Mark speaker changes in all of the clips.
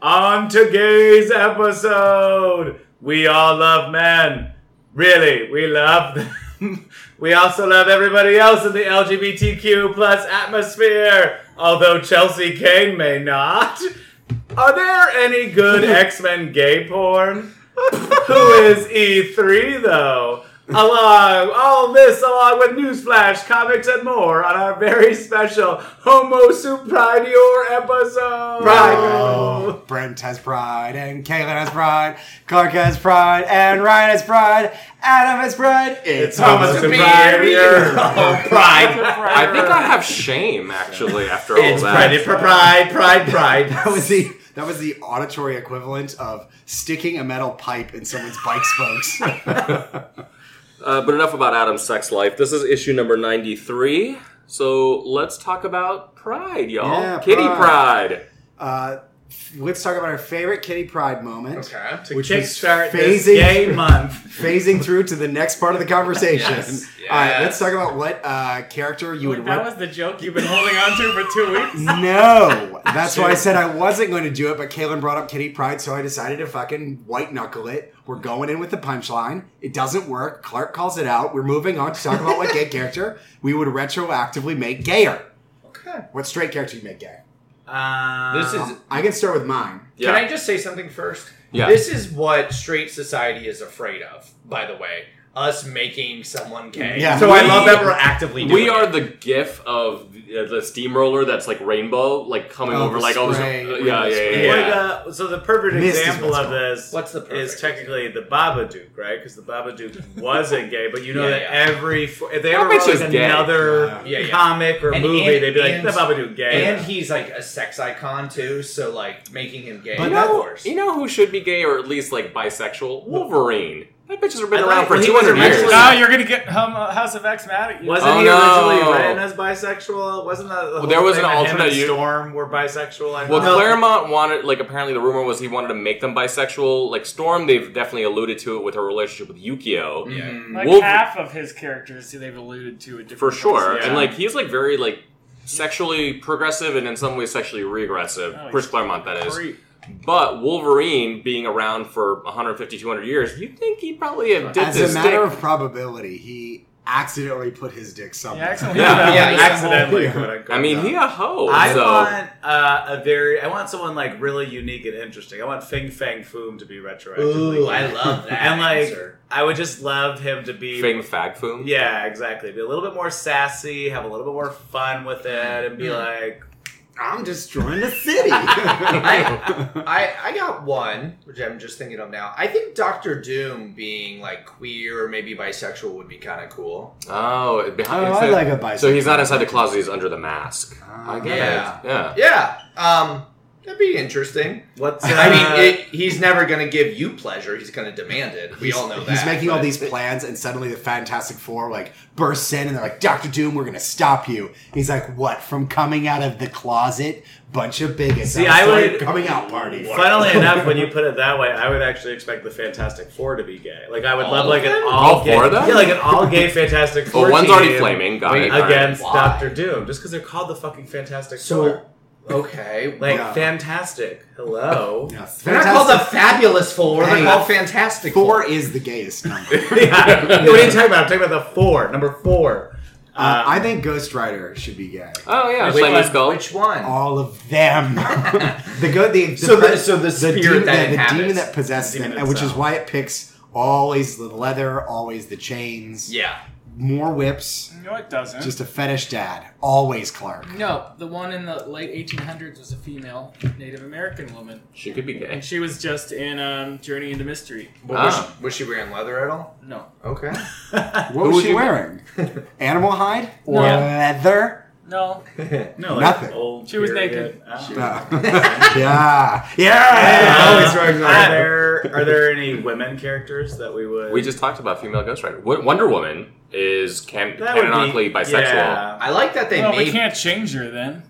Speaker 1: on today's episode. We all love men. Really, we love them. we also love everybody else in the LGBTQ plus atmosphere, although Chelsea Kane may not. Are there any good X-Men gay porn? Who is E3 though? Along all this, along with newsflash, comics, and more on our very special Homo Suprior episode. Oh.
Speaker 2: Pride. Brent has pride, and Caitlin has pride, Clark has pride, and Ryan has pride, Adam has pride.
Speaker 1: It's Homo Superior. Oh, pride.
Speaker 3: I think I have shame actually after all
Speaker 1: It's pride,
Speaker 3: that.
Speaker 1: pride, pride, pride.
Speaker 2: That was the that was the auditory equivalent of sticking a metal pipe in someone's bike spokes.
Speaker 3: Uh, but enough about Adam's sex life. This is issue number 93. So let's talk about pride, y'all.
Speaker 2: Yeah,
Speaker 3: Kitty
Speaker 2: pride.
Speaker 3: pride.
Speaker 2: uh, let's talk about our favorite Kitty Pride moment.
Speaker 4: Okay.
Speaker 1: to
Speaker 2: Which was
Speaker 1: kickstart this
Speaker 2: phasing-
Speaker 1: gay month.
Speaker 2: Phasing through to the next part of the conversation.
Speaker 4: Yes,
Speaker 2: All right, let's
Speaker 4: yes.
Speaker 2: talk about what uh, character you would.
Speaker 4: Wait, that
Speaker 2: rep-
Speaker 4: was the joke you've been holding on to for two weeks.
Speaker 2: No, that's why I said I wasn't going to do it. But Kaylin brought up Kitty Pride, so I decided to fucking white knuckle it. We're going in with the punchline. It doesn't work. Clark calls it out. We're moving on to talk about what gay character we would retroactively make gayer.
Speaker 4: Okay.
Speaker 2: What straight character you make gay?
Speaker 1: Um,
Speaker 4: This is-
Speaker 2: I can start with mine.
Speaker 3: Yeah.
Speaker 4: Can I just say something first?
Speaker 3: Yeah.
Speaker 4: This is what straight society is afraid of, by the way. Us making someone gay.
Speaker 2: Yeah.
Speaker 4: So I
Speaker 3: We-
Speaker 4: love that we're actively doing
Speaker 3: we are
Speaker 4: it.
Speaker 3: the gif of the, the steamroller that's like rainbow, like coming
Speaker 2: Oh,
Speaker 3: over,
Speaker 2: the
Speaker 3: like oh,
Speaker 2: spray,
Speaker 3: uh, yeah, yeah, yeah,
Speaker 1: Like,
Speaker 3: yeah.
Speaker 1: uh, so the perfect
Speaker 2: Mist is
Speaker 1: example
Speaker 2: what's
Speaker 1: of
Speaker 2: called.
Speaker 1: this
Speaker 4: What's the perfect
Speaker 1: is technically the Babadook, right? Because the Babadook wasn't gay, but you know
Speaker 4: Yeah,
Speaker 1: that
Speaker 4: yeah.
Speaker 1: every fo- if they
Speaker 3: That
Speaker 1: ever
Speaker 3: bitch
Speaker 1: wrote like
Speaker 3: is gay.
Speaker 1: another
Speaker 4: Yeah. Yeah, yeah.
Speaker 1: comic or
Speaker 4: And-
Speaker 1: movie,
Speaker 4: and-
Speaker 1: they'd be like
Speaker 4: and-
Speaker 1: the Babadook gay.
Speaker 4: And he's like a sex icon too, so like making him gay.
Speaker 2: But
Speaker 3: You
Speaker 4: of
Speaker 2: that-
Speaker 3: know,
Speaker 4: course.
Speaker 3: you know who should be gay or at least like bisexual? Wolverine. That bitch has been
Speaker 1: I
Speaker 3: around
Speaker 1: like-
Speaker 3: for
Speaker 1: he
Speaker 3: two
Speaker 1: was
Speaker 3: hundred years.
Speaker 1: originally-
Speaker 5: Now you're gonna get hum- uh, House of X mad at you.
Speaker 1: wasn't
Speaker 3: Oh,
Speaker 1: he
Speaker 3: no.
Speaker 1: originally written as bisexual? Wasn't that the whole
Speaker 3: there was
Speaker 1: thing
Speaker 3: an
Speaker 1: that him and
Speaker 3: alternate u-
Speaker 1: Storm were bisexual? I
Speaker 3: Well,
Speaker 1: thought?
Speaker 3: Claremont wanted, like, apparently the rumor was he wanted to make them bisexual. Like, Storm, they've definitely alluded to it with her relationship with Yukio.
Speaker 4: Yeah.
Speaker 5: like
Speaker 3: Wolver-
Speaker 5: half of his characters who they've alluded to a different
Speaker 3: For sure.
Speaker 1: Yeah.
Speaker 3: And, like, he's, like, very, like, sexually progressive and in some ways sexually regressive.
Speaker 5: Oh,
Speaker 3: Chris
Speaker 5: he's
Speaker 3: Claremont, that is.
Speaker 5: Creep.
Speaker 3: But Wolverine being around for 150, 200 years, you think he probably had dipped
Speaker 2: As a
Speaker 3: his
Speaker 2: matter
Speaker 3: dick.
Speaker 2: of probably, he accidentally put his dick somewhere.
Speaker 5: Yeah, accidentally
Speaker 3: Yeah.
Speaker 5: found
Speaker 4: Yeah,
Speaker 5: out
Speaker 4: yeah.
Speaker 5: that whole-
Speaker 1: accidentally.
Speaker 2: Yeah.
Speaker 1: quote unquote.
Speaker 3: I mean, he a hoe.
Speaker 1: I
Speaker 3: so.
Speaker 1: want uh, a very. I want someone like really unique and interesting. I want Fing Fang Foom to be retroactively.
Speaker 4: Ooh,
Speaker 1: gay.
Speaker 4: I love that.
Speaker 1: And like,
Speaker 4: answer.
Speaker 1: I would just love him to be.
Speaker 3: Fing fag foom.
Speaker 1: Yeah, exactly. Be a little bit more sassy, have a little bit more fun with it, and be
Speaker 3: Hmm.
Speaker 1: like,
Speaker 2: I'm destroying the city.
Speaker 4: I- I, I got one, which I'm just thinking of now. I think Doctor Doom being like queer or maybe bisexual would be kind of cool.
Speaker 3: Oh, behind
Speaker 2: Oh, I
Speaker 3: so,
Speaker 2: like a bicycle.
Speaker 3: So he's not inside the closet, he's under the mask. I get
Speaker 2: Ah.
Speaker 4: Yeah.
Speaker 3: it. Yeah.
Speaker 4: Yeah, um, that'd be interesting.
Speaker 1: "What's?" Uh,
Speaker 4: I mean, it, he's never going to give you pleasure. He's going to demand it. We all know that.
Speaker 2: He's making all
Speaker 4: but-
Speaker 2: these plans, and suddenly the Fantastic Four like bursts in, and they're like, "Doctor Doom, we're gonna stop you." He's like, "What? From coming out of the closet, bunch of bigots."
Speaker 1: See,
Speaker 2: I'm
Speaker 1: I
Speaker 2: sorry,
Speaker 1: would-
Speaker 2: coming out party.
Speaker 1: Funnily enough, when you put it that way, I would actually expect the Fantastic Four to be gay. Like, I would
Speaker 4: All
Speaker 1: love like an
Speaker 4: of them?
Speaker 1: all,
Speaker 3: All
Speaker 1: gay,
Speaker 3: four of them?
Speaker 1: yeah, like an all gay Fantastic Four.
Speaker 3: Well, one's already
Speaker 1: team
Speaker 3: flaming. Got it.
Speaker 4: Wait,
Speaker 3: All right.
Speaker 1: against
Speaker 4: Why?
Speaker 1: Doctor Doom, just because they're called the fucking Fantastic
Speaker 4: So,
Speaker 1: Four.
Speaker 4: okay.
Speaker 1: Like,
Speaker 2: Yeah.
Speaker 1: fantastic. Hello.
Speaker 2: Yes,
Speaker 4: They're not called the
Speaker 2: Fantastic
Speaker 4: Fabulous Four.
Speaker 2: Hey.
Speaker 4: They're called Fantastic
Speaker 2: Four is the gayest number. uh,
Speaker 1: yeah. Yeah, What are you talking about? I'm talking about the four, number four. Uh,
Speaker 2: I think Ghost Rider should be gay.
Speaker 3: Oh yeah,
Speaker 4: Which
Speaker 3: flaming
Speaker 4: one?
Speaker 3: skull.
Speaker 4: Which one?
Speaker 2: All of them. the go the, the
Speaker 4: So the-
Speaker 2: pre-
Speaker 4: so the spirit
Speaker 2: demon,
Speaker 4: that
Speaker 2: the,
Speaker 4: inhabits-
Speaker 2: demon that possessed
Speaker 1: the demon
Speaker 2: them, and which is
Speaker 1: itself.
Speaker 2: why it picks always the leather, always the chains,
Speaker 4: Yeah.
Speaker 2: more whips.
Speaker 5: No, it doesn't.
Speaker 2: Just a fetish dad, always Clark.
Speaker 5: no, the one in the late 1800s was a female Native American woman,
Speaker 3: She could be gay.
Speaker 5: and she was just in um, Journey into Mystery.
Speaker 4: But was,
Speaker 3: Ah.
Speaker 4: she, was she wearing leather at all?
Speaker 5: No,
Speaker 4: Okay.
Speaker 2: What was she wearing? Animal hide or
Speaker 5: No.
Speaker 2: leather?
Speaker 5: no,
Speaker 1: no, like
Speaker 2: Nothing.
Speaker 1: Old
Speaker 5: She was
Speaker 1: period.
Speaker 5: naked.
Speaker 4: Ah.
Speaker 1: Oh.
Speaker 2: No. yeah, yeah.
Speaker 1: Uh,
Speaker 2: Always wearing
Speaker 1: are
Speaker 4: Ah.
Speaker 2: leather.
Speaker 1: there are there any women characters that we would?
Speaker 3: We just talked about female Ghost Rider. Wo- Wonder Woman is can-
Speaker 1: That would be-
Speaker 3: canonically bisexual.
Speaker 1: Yeah.
Speaker 4: I like that they
Speaker 5: well, we
Speaker 4: made.
Speaker 5: can't change her then.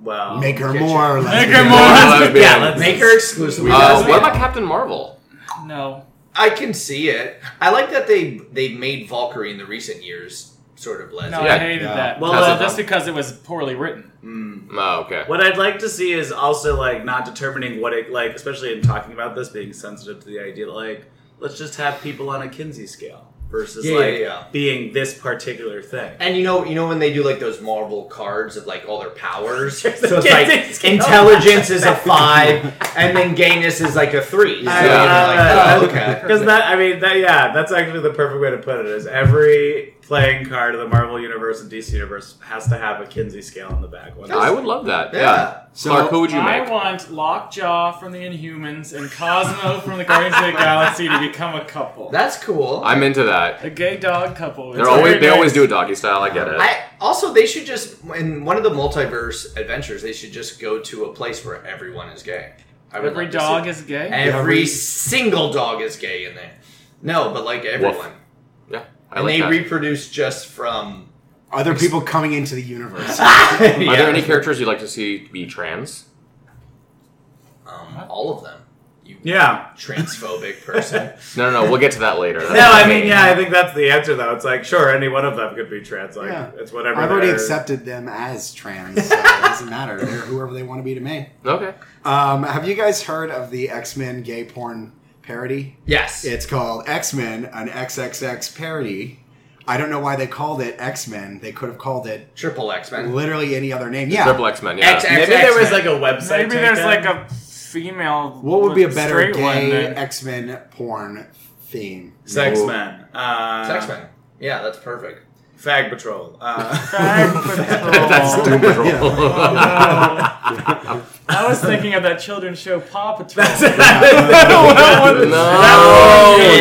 Speaker 1: Well,
Speaker 2: Make her
Speaker 4: Get you.
Speaker 2: more.
Speaker 5: Make
Speaker 2: lesbian.
Speaker 5: her more-
Speaker 3: Well,
Speaker 5: lesbian.
Speaker 3: lesbian.
Speaker 1: Yeah, let's-
Speaker 4: Make her exclusive.
Speaker 3: Uh, what about Captain Marvel?
Speaker 5: No,
Speaker 4: I can see it. I like that they they made Valkyrie in the recent years sort of lesbian.
Speaker 5: No,
Speaker 3: Yeah.
Speaker 5: I hated
Speaker 2: Yeah.
Speaker 5: that.
Speaker 1: Well,
Speaker 5: Well,
Speaker 3: uh,
Speaker 5: just because it was poorly written.
Speaker 4: Mm.
Speaker 3: Oh, okay.
Speaker 1: What I'd like to see is also like not determining what it like, especially in talking about this, being sensitive to the idea that like let's just have people on a Kinsey scale versus
Speaker 4: Yeah, yeah,
Speaker 1: like
Speaker 4: yeah.
Speaker 1: being this particular thing.
Speaker 4: And you know, you know when they do like those Marvel cards of like all their powers. so it's
Speaker 1: Kinsey
Speaker 4: like
Speaker 1: scale.
Speaker 4: intelligence is a five, and then gayness is like a three. So
Speaker 1: I
Speaker 3: Yeah.
Speaker 4: you're
Speaker 1: love
Speaker 4: like, oh,
Speaker 1: that.
Speaker 4: okay.
Speaker 1: Because that, I mean, that, yeah, that's actually the perfect way to put it. Is every playing card of the Marvel universe and DC universe has to have a Kinsey scale on the back. One.
Speaker 3: I would love that. Yeah.
Speaker 4: Yeah.
Speaker 2: So-
Speaker 3: Clark, who would you
Speaker 5: I
Speaker 3: make?
Speaker 5: want Lockjaw from the Inhumans and Cosmo from the Guardians of the Galaxy to become a couple.
Speaker 4: That's cool.
Speaker 3: I'm into that.
Speaker 5: a gay dog couple.
Speaker 3: They're always they always do a doggy style. I get it.
Speaker 4: I also they should just in one of the multiverse adventures they should just go to a place where everyone is gay. I would
Speaker 5: Every
Speaker 4: love to see
Speaker 5: dog
Speaker 4: that.
Speaker 5: is gay.
Speaker 4: every,
Speaker 2: Every-
Speaker 4: single dog is gay in there. No, but like everyone,
Speaker 3: yeah, I
Speaker 4: and
Speaker 3: like
Speaker 4: they
Speaker 3: that.
Speaker 4: reproduce just from.
Speaker 2: Other people coming into the universe.
Speaker 3: Are there any characters you'd like to see be trans?
Speaker 4: Um, all of them. You
Speaker 1: Yeah.
Speaker 4: transphobic person.
Speaker 3: No, no, no. We'll get to that later. That's
Speaker 1: No,
Speaker 3: what
Speaker 1: I mean, yeah, I think that's the answer though. It's like, sure, any one of them could be trans. Like,
Speaker 2: Yeah.
Speaker 1: it's whatever.
Speaker 2: I've already
Speaker 1: they're-
Speaker 2: accepted them as trans, so it doesn't matter. They're whoever they want to be to me.
Speaker 3: Okay.
Speaker 2: Um, have you guys heard of the X Men gay porn parody?
Speaker 4: yes.
Speaker 2: It's called X Men, an XXX parody. I don't know why they called it X Men. They could have called it
Speaker 4: Triple X Men.
Speaker 2: literally any other name. Yeah.
Speaker 3: Triple X Men. Yeah.
Speaker 4: X-
Speaker 1: Maybe there was like
Speaker 4: X-Men.
Speaker 1: a website.
Speaker 5: Maybe there's
Speaker 1: taken.
Speaker 5: like a female.
Speaker 2: What would be a better
Speaker 5: straight one
Speaker 2: gay
Speaker 5: that-
Speaker 2: X Men porn theme?
Speaker 1: sex men, uh,
Speaker 4: It's X Men. Yeah, that's perfect.
Speaker 1: fag patrol. Uh,
Speaker 5: Fag patrol.
Speaker 3: That's Doom Patrol.
Speaker 5: I was thinking of that children's show Paw Patrol.
Speaker 1: That's that
Speaker 3: No,
Speaker 1: one-
Speaker 4: in-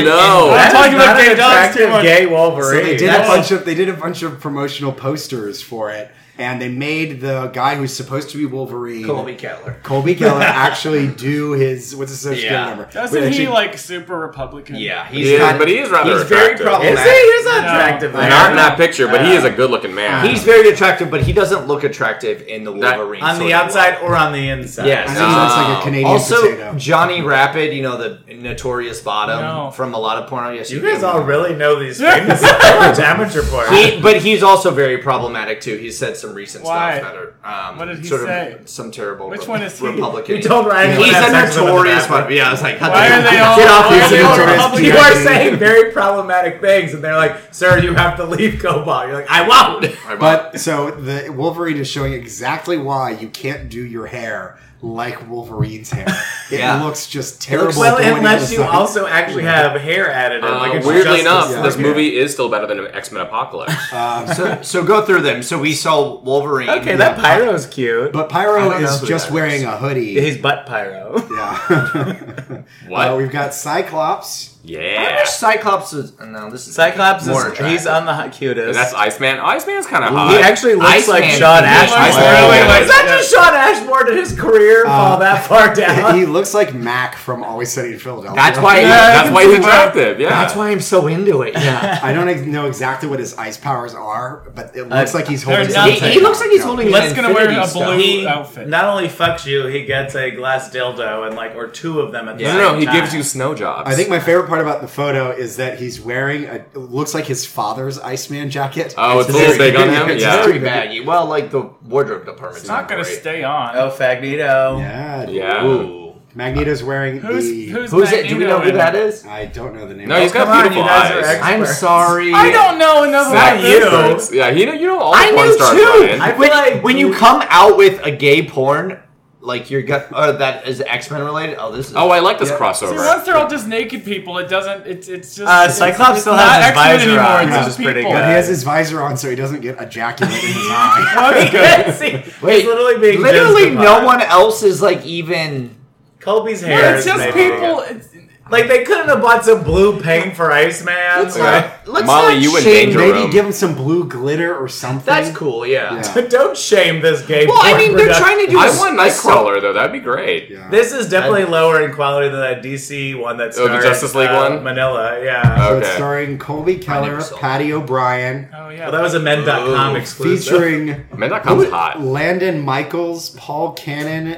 Speaker 3: no.
Speaker 5: I'm talking
Speaker 1: That is not
Speaker 5: about gay
Speaker 1: an
Speaker 5: dogs too
Speaker 1: attractive
Speaker 5: much.
Speaker 1: Gay Wolverine.
Speaker 2: So they did a
Speaker 1: That's-
Speaker 2: bunch of they did a bunch of promotional posters for it, and they made the guy who's supposed to be Wolverine,
Speaker 4: Colby Keller.
Speaker 2: Colby Keller, actually do his what's his social
Speaker 4: Yeah.
Speaker 2: number?
Speaker 5: Doesn't
Speaker 2: Wait,
Speaker 5: he
Speaker 2: actually-
Speaker 5: like super Republican?
Speaker 4: Yeah,
Speaker 3: He
Speaker 4: he's
Speaker 3: is,
Speaker 4: got-
Speaker 3: but he is rather
Speaker 4: he's very
Speaker 3: attractive.
Speaker 4: problematic.
Speaker 1: Is he? He's not
Speaker 5: No.
Speaker 1: attractive.
Speaker 5: Not
Speaker 1: man.
Speaker 3: Not in that picture, but he is a good-looking man.
Speaker 4: He's very attractive, but he doesn't look attractive in the
Speaker 3: That-
Speaker 4: Wolverine.
Speaker 1: on
Speaker 4: sort
Speaker 1: the
Speaker 4: of
Speaker 1: outside
Speaker 4: way.
Speaker 1: or on the inside.
Speaker 2: I
Speaker 4: Yes.
Speaker 2: think that's like a
Speaker 3: Oh.
Speaker 2: Canadian
Speaker 4: Also,
Speaker 2: potato.
Speaker 4: Johnny Rapid, you know the notorious bottom
Speaker 5: No.
Speaker 4: from a lot of porno. Yes,
Speaker 1: You guys
Speaker 4: do.
Speaker 1: all really know these things. I watch amateur porn.
Speaker 4: He, but he's also very problematic too. He said some recent
Speaker 5: Why?
Speaker 4: stuff that are um,
Speaker 5: What did he
Speaker 4: sort
Speaker 5: say?
Speaker 4: of some terrible.
Speaker 5: Which
Speaker 4: Re-
Speaker 5: one is he?
Speaker 4: Republican?
Speaker 1: You told Ryan he
Speaker 4: he's
Speaker 1: would
Speaker 4: a
Speaker 1: have sex with him in the
Speaker 4: notorious
Speaker 1: bathroom.
Speaker 4: one. Yeah, I was like,
Speaker 5: Why are they all?
Speaker 4: Get off
Speaker 5: why
Speaker 4: these
Speaker 5: are they all
Speaker 2: interesting
Speaker 5: Republican?
Speaker 1: You are saying very problematic things, and they're like, "Sir, you have to leave Cobalt." You're like, "I won't."
Speaker 2: But so the Wolverine is showing exactly why you can't do your hair like Wolverine's hair. It
Speaker 4: Yeah.
Speaker 2: looks just terrible.
Speaker 1: well,
Speaker 2: from when he
Speaker 1: unless
Speaker 2: was
Speaker 1: you
Speaker 2: like-
Speaker 1: also actually have hair added in, like
Speaker 3: Uh,
Speaker 1: it's
Speaker 3: weirdly
Speaker 1: just
Speaker 3: enough,
Speaker 2: yeah.
Speaker 1: a
Speaker 3: this
Speaker 1: circuit.
Speaker 3: movie is still better than X Men Apocalypse.
Speaker 2: Um,
Speaker 4: so, so go through them. So we saw Wolverine.
Speaker 1: Okay, that pyro's cute.
Speaker 2: but
Speaker 4: I
Speaker 2: Pyro
Speaker 4: don't know
Speaker 2: is
Speaker 4: who
Speaker 2: just
Speaker 4: that
Speaker 2: wearing
Speaker 4: is.
Speaker 2: a hoodie.
Speaker 1: His butt pyro.
Speaker 2: Yeah.
Speaker 3: What?
Speaker 2: Uh, we've got Cyclops.
Speaker 3: yeah,
Speaker 4: Cyclops is oh, no. This is
Speaker 1: Cyclops is
Speaker 4: More attractive.
Speaker 1: he's on the hot cutest.
Speaker 3: that's Iceman. Iceman's kind of
Speaker 1: he
Speaker 3: hot.
Speaker 1: actually looks
Speaker 4: Iceman
Speaker 1: like Sean
Speaker 4: can be
Speaker 1: Ashmore.
Speaker 3: Iceman. Wait, wait, wait.
Speaker 1: Is that just Sean Ashmore? Did his career fall
Speaker 2: Uh,
Speaker 1: that far down?
Speaker 2: he looks like Mac from Always Sunny in Philadelphia.
Speaker 4: That's why- Yeah,
Speaker 3: That's why he's attractive. Yeah,
Speaker 4: That's why I'm so into it. Yeah,
Speaker 2: I don't ex- know exactly what his ice powers are, but it
Speaker 3: Uh,
Speaker 2: looks like he's holding.
Speaker 5: they're
Speaker 4: he,
Speaker 2: something.
Speaker 4: he looks like he's holding.
Speaker 5: Let's
Speaker 4: an
Speaker 5: gonna wear
Speaker 4: infinity
Speaker 5: a
Speaker 4: stone.
Speaker 5: blue-
Speaker 1: he
Speaker 5: outfit.
Speaker 1: not only fucks you, he gets a glass dildo and like or two of them at the
Speaker 3: No,
Speaker 1: same
Speaker 3: no, no. He
Speaker 1: time.
Speaker 3: gives you snow jobs.
Speaker 2: I think my favorite part about the photo is that he's wearing a it looks like his father's Iceman jacket.
Speaker 3: Oh, it's a
Speaker 2: very-
Speaker 3: little big on him.
Speaker 2: it's
Speaker 3: Yeah.
Speaker 4: Very
Speaker 2: very
Speaker 4: baggy. Well, like the wardrobe department's
Speaker 5: It's not gonna
Speaker 4: great.
Speaker 5: stay on.
Speaker 1: Oh, Fagnito.
Speaker 2: Yeah. dude.
Speaker 3: Yeah.
Speaker 4: Ooh.
Speaker 2: Magneto's wearing
Speaker 5: Who's
Speaker 2: the.
Speaker 5: who's,
Speaker 4: Who's it? Do we know who
Speaker 5: Magneto
Speaker 4: that
Speaker 5: in it?
Speaker 4: is?
Speaker 2: I don't know the name.
Speaker 3: No, he's got
Speaker 1: come on,
Speaker 3: beautiful
Speaker 1: you guys are
Speaker 3: eyes.
Speaker 1: ex-
Speaker 4: I'm
Speaker 1: Experts.
Speaker 4: sorry.
Speaker 5: I don't know enough
Speaker 1: Not
Speaker 5: about
Speaker 1: you.
Speaker 5: this.
Speaker 1: know.
Speaker 3: Yeah, he know you know all the
Speaker 4: I
Speaker 3: porn
Speaker 4: knew
Speaker 3: stars.
Speaker 4: too.
Speaker 3: Ryan.
Speaker 1: I feel
Speaker 4: when,
Speaker 1: like
Speaker 4: when you come out with a gay porn, like you're got or that is X Men related. Oh, this is.
Speaker 3: Oh, I like this
Speaker 2: Yeah.
Speaker 5: See,
Speaker 3: crossover.
Speaker 5: once they're all just naked people, it doesn't. It's it's just.
Speaker 1: Uh,
Speaker 5: it's-
Speaker 1: Cyclops
Speaker 5: it's
Speaker 1: still
Speaker 5: not
Speaker 1: has his
Speaker 5: X-Men
Speaker 1: visor
Speaker 5: anymore,
Speaker 1: on,
Speaker 5: it's
Speaker 1: which
Speaker 5: just
Speaker 1: is pretty
Speaker 5: people.
Speaker 2: But
Speaker 1: good.
Speaker 2: he has his visor on, so he doesn't get ejaculate in his eye.
Speaker 1: Oh, He can't see.
Speaker 4: Wait,
Speaker 1: he's literally being
Speaker 4: literally
Speaker 1: jizzed
Speaker 4: no
Speaker 1: upon.
Speaker 4: one else is like even.
Speaker 1: Colby's
Speaker 5: No,
Speaker 1: hair.
Speaker 5: it's
Speaker 1: is
Speaker 5: just
Speaker 1: maybe-
Speaker 5: people. It's,
Speaker 1: Like they couldn't have bought some blue paint for Iceman.
Speaker 4: Let's
Speaker 1: Like,
Speaker 4: not, let's
Speaker 3: Molly,
Speaker 4: not
Speaker 3: you in
Speaker 4: shame-
Speaker 3: danger.
Speaker 2: Maybe
Speaker 3: Jerome.
Speaker 2: give him some blue glitter or something.
Speaker 4: That's cool. Yeah.
Speaker 2: Yeah.
Speaker 1: don't shame this gay.
Speaker 4: Well, I
Speaker 1: porn
Speaker 4: mean, they're
Speaker 1: production.
Speaker 4: trying to do.
Speaker 3: I
Speaker 4: a-
Speaker 3: want
Speaker 4: a sub-
Speaker 3: Nightcrawler though. That'd be great.
Speaker 2: Yeah.
Speaker 1: This is definitely lower in quality than that DC one that
Speaker 3: Oh, the
Speaker 1: starred,
Speaker 3: Justice League
Speaker 1: uh,
Speaker 3: one?
Speaker 1: Manila, yeah.
Speaker 2: so it's
Speaker 3: Okay.
Speaker 2: starring Colby Keller,
Speaker 4: never saw
Speaker 2: Patty O'Brien,
Speaker 5: oh yeah.
Speaker 1: Well, that was a Men.com
Speaker 4: Ooh.
Speaker 1: exclusive.
Speaker 2: featuring
Speaker 3: Man, that comes hot.
Speaker 2: Landon Michaels, Paul Cannon,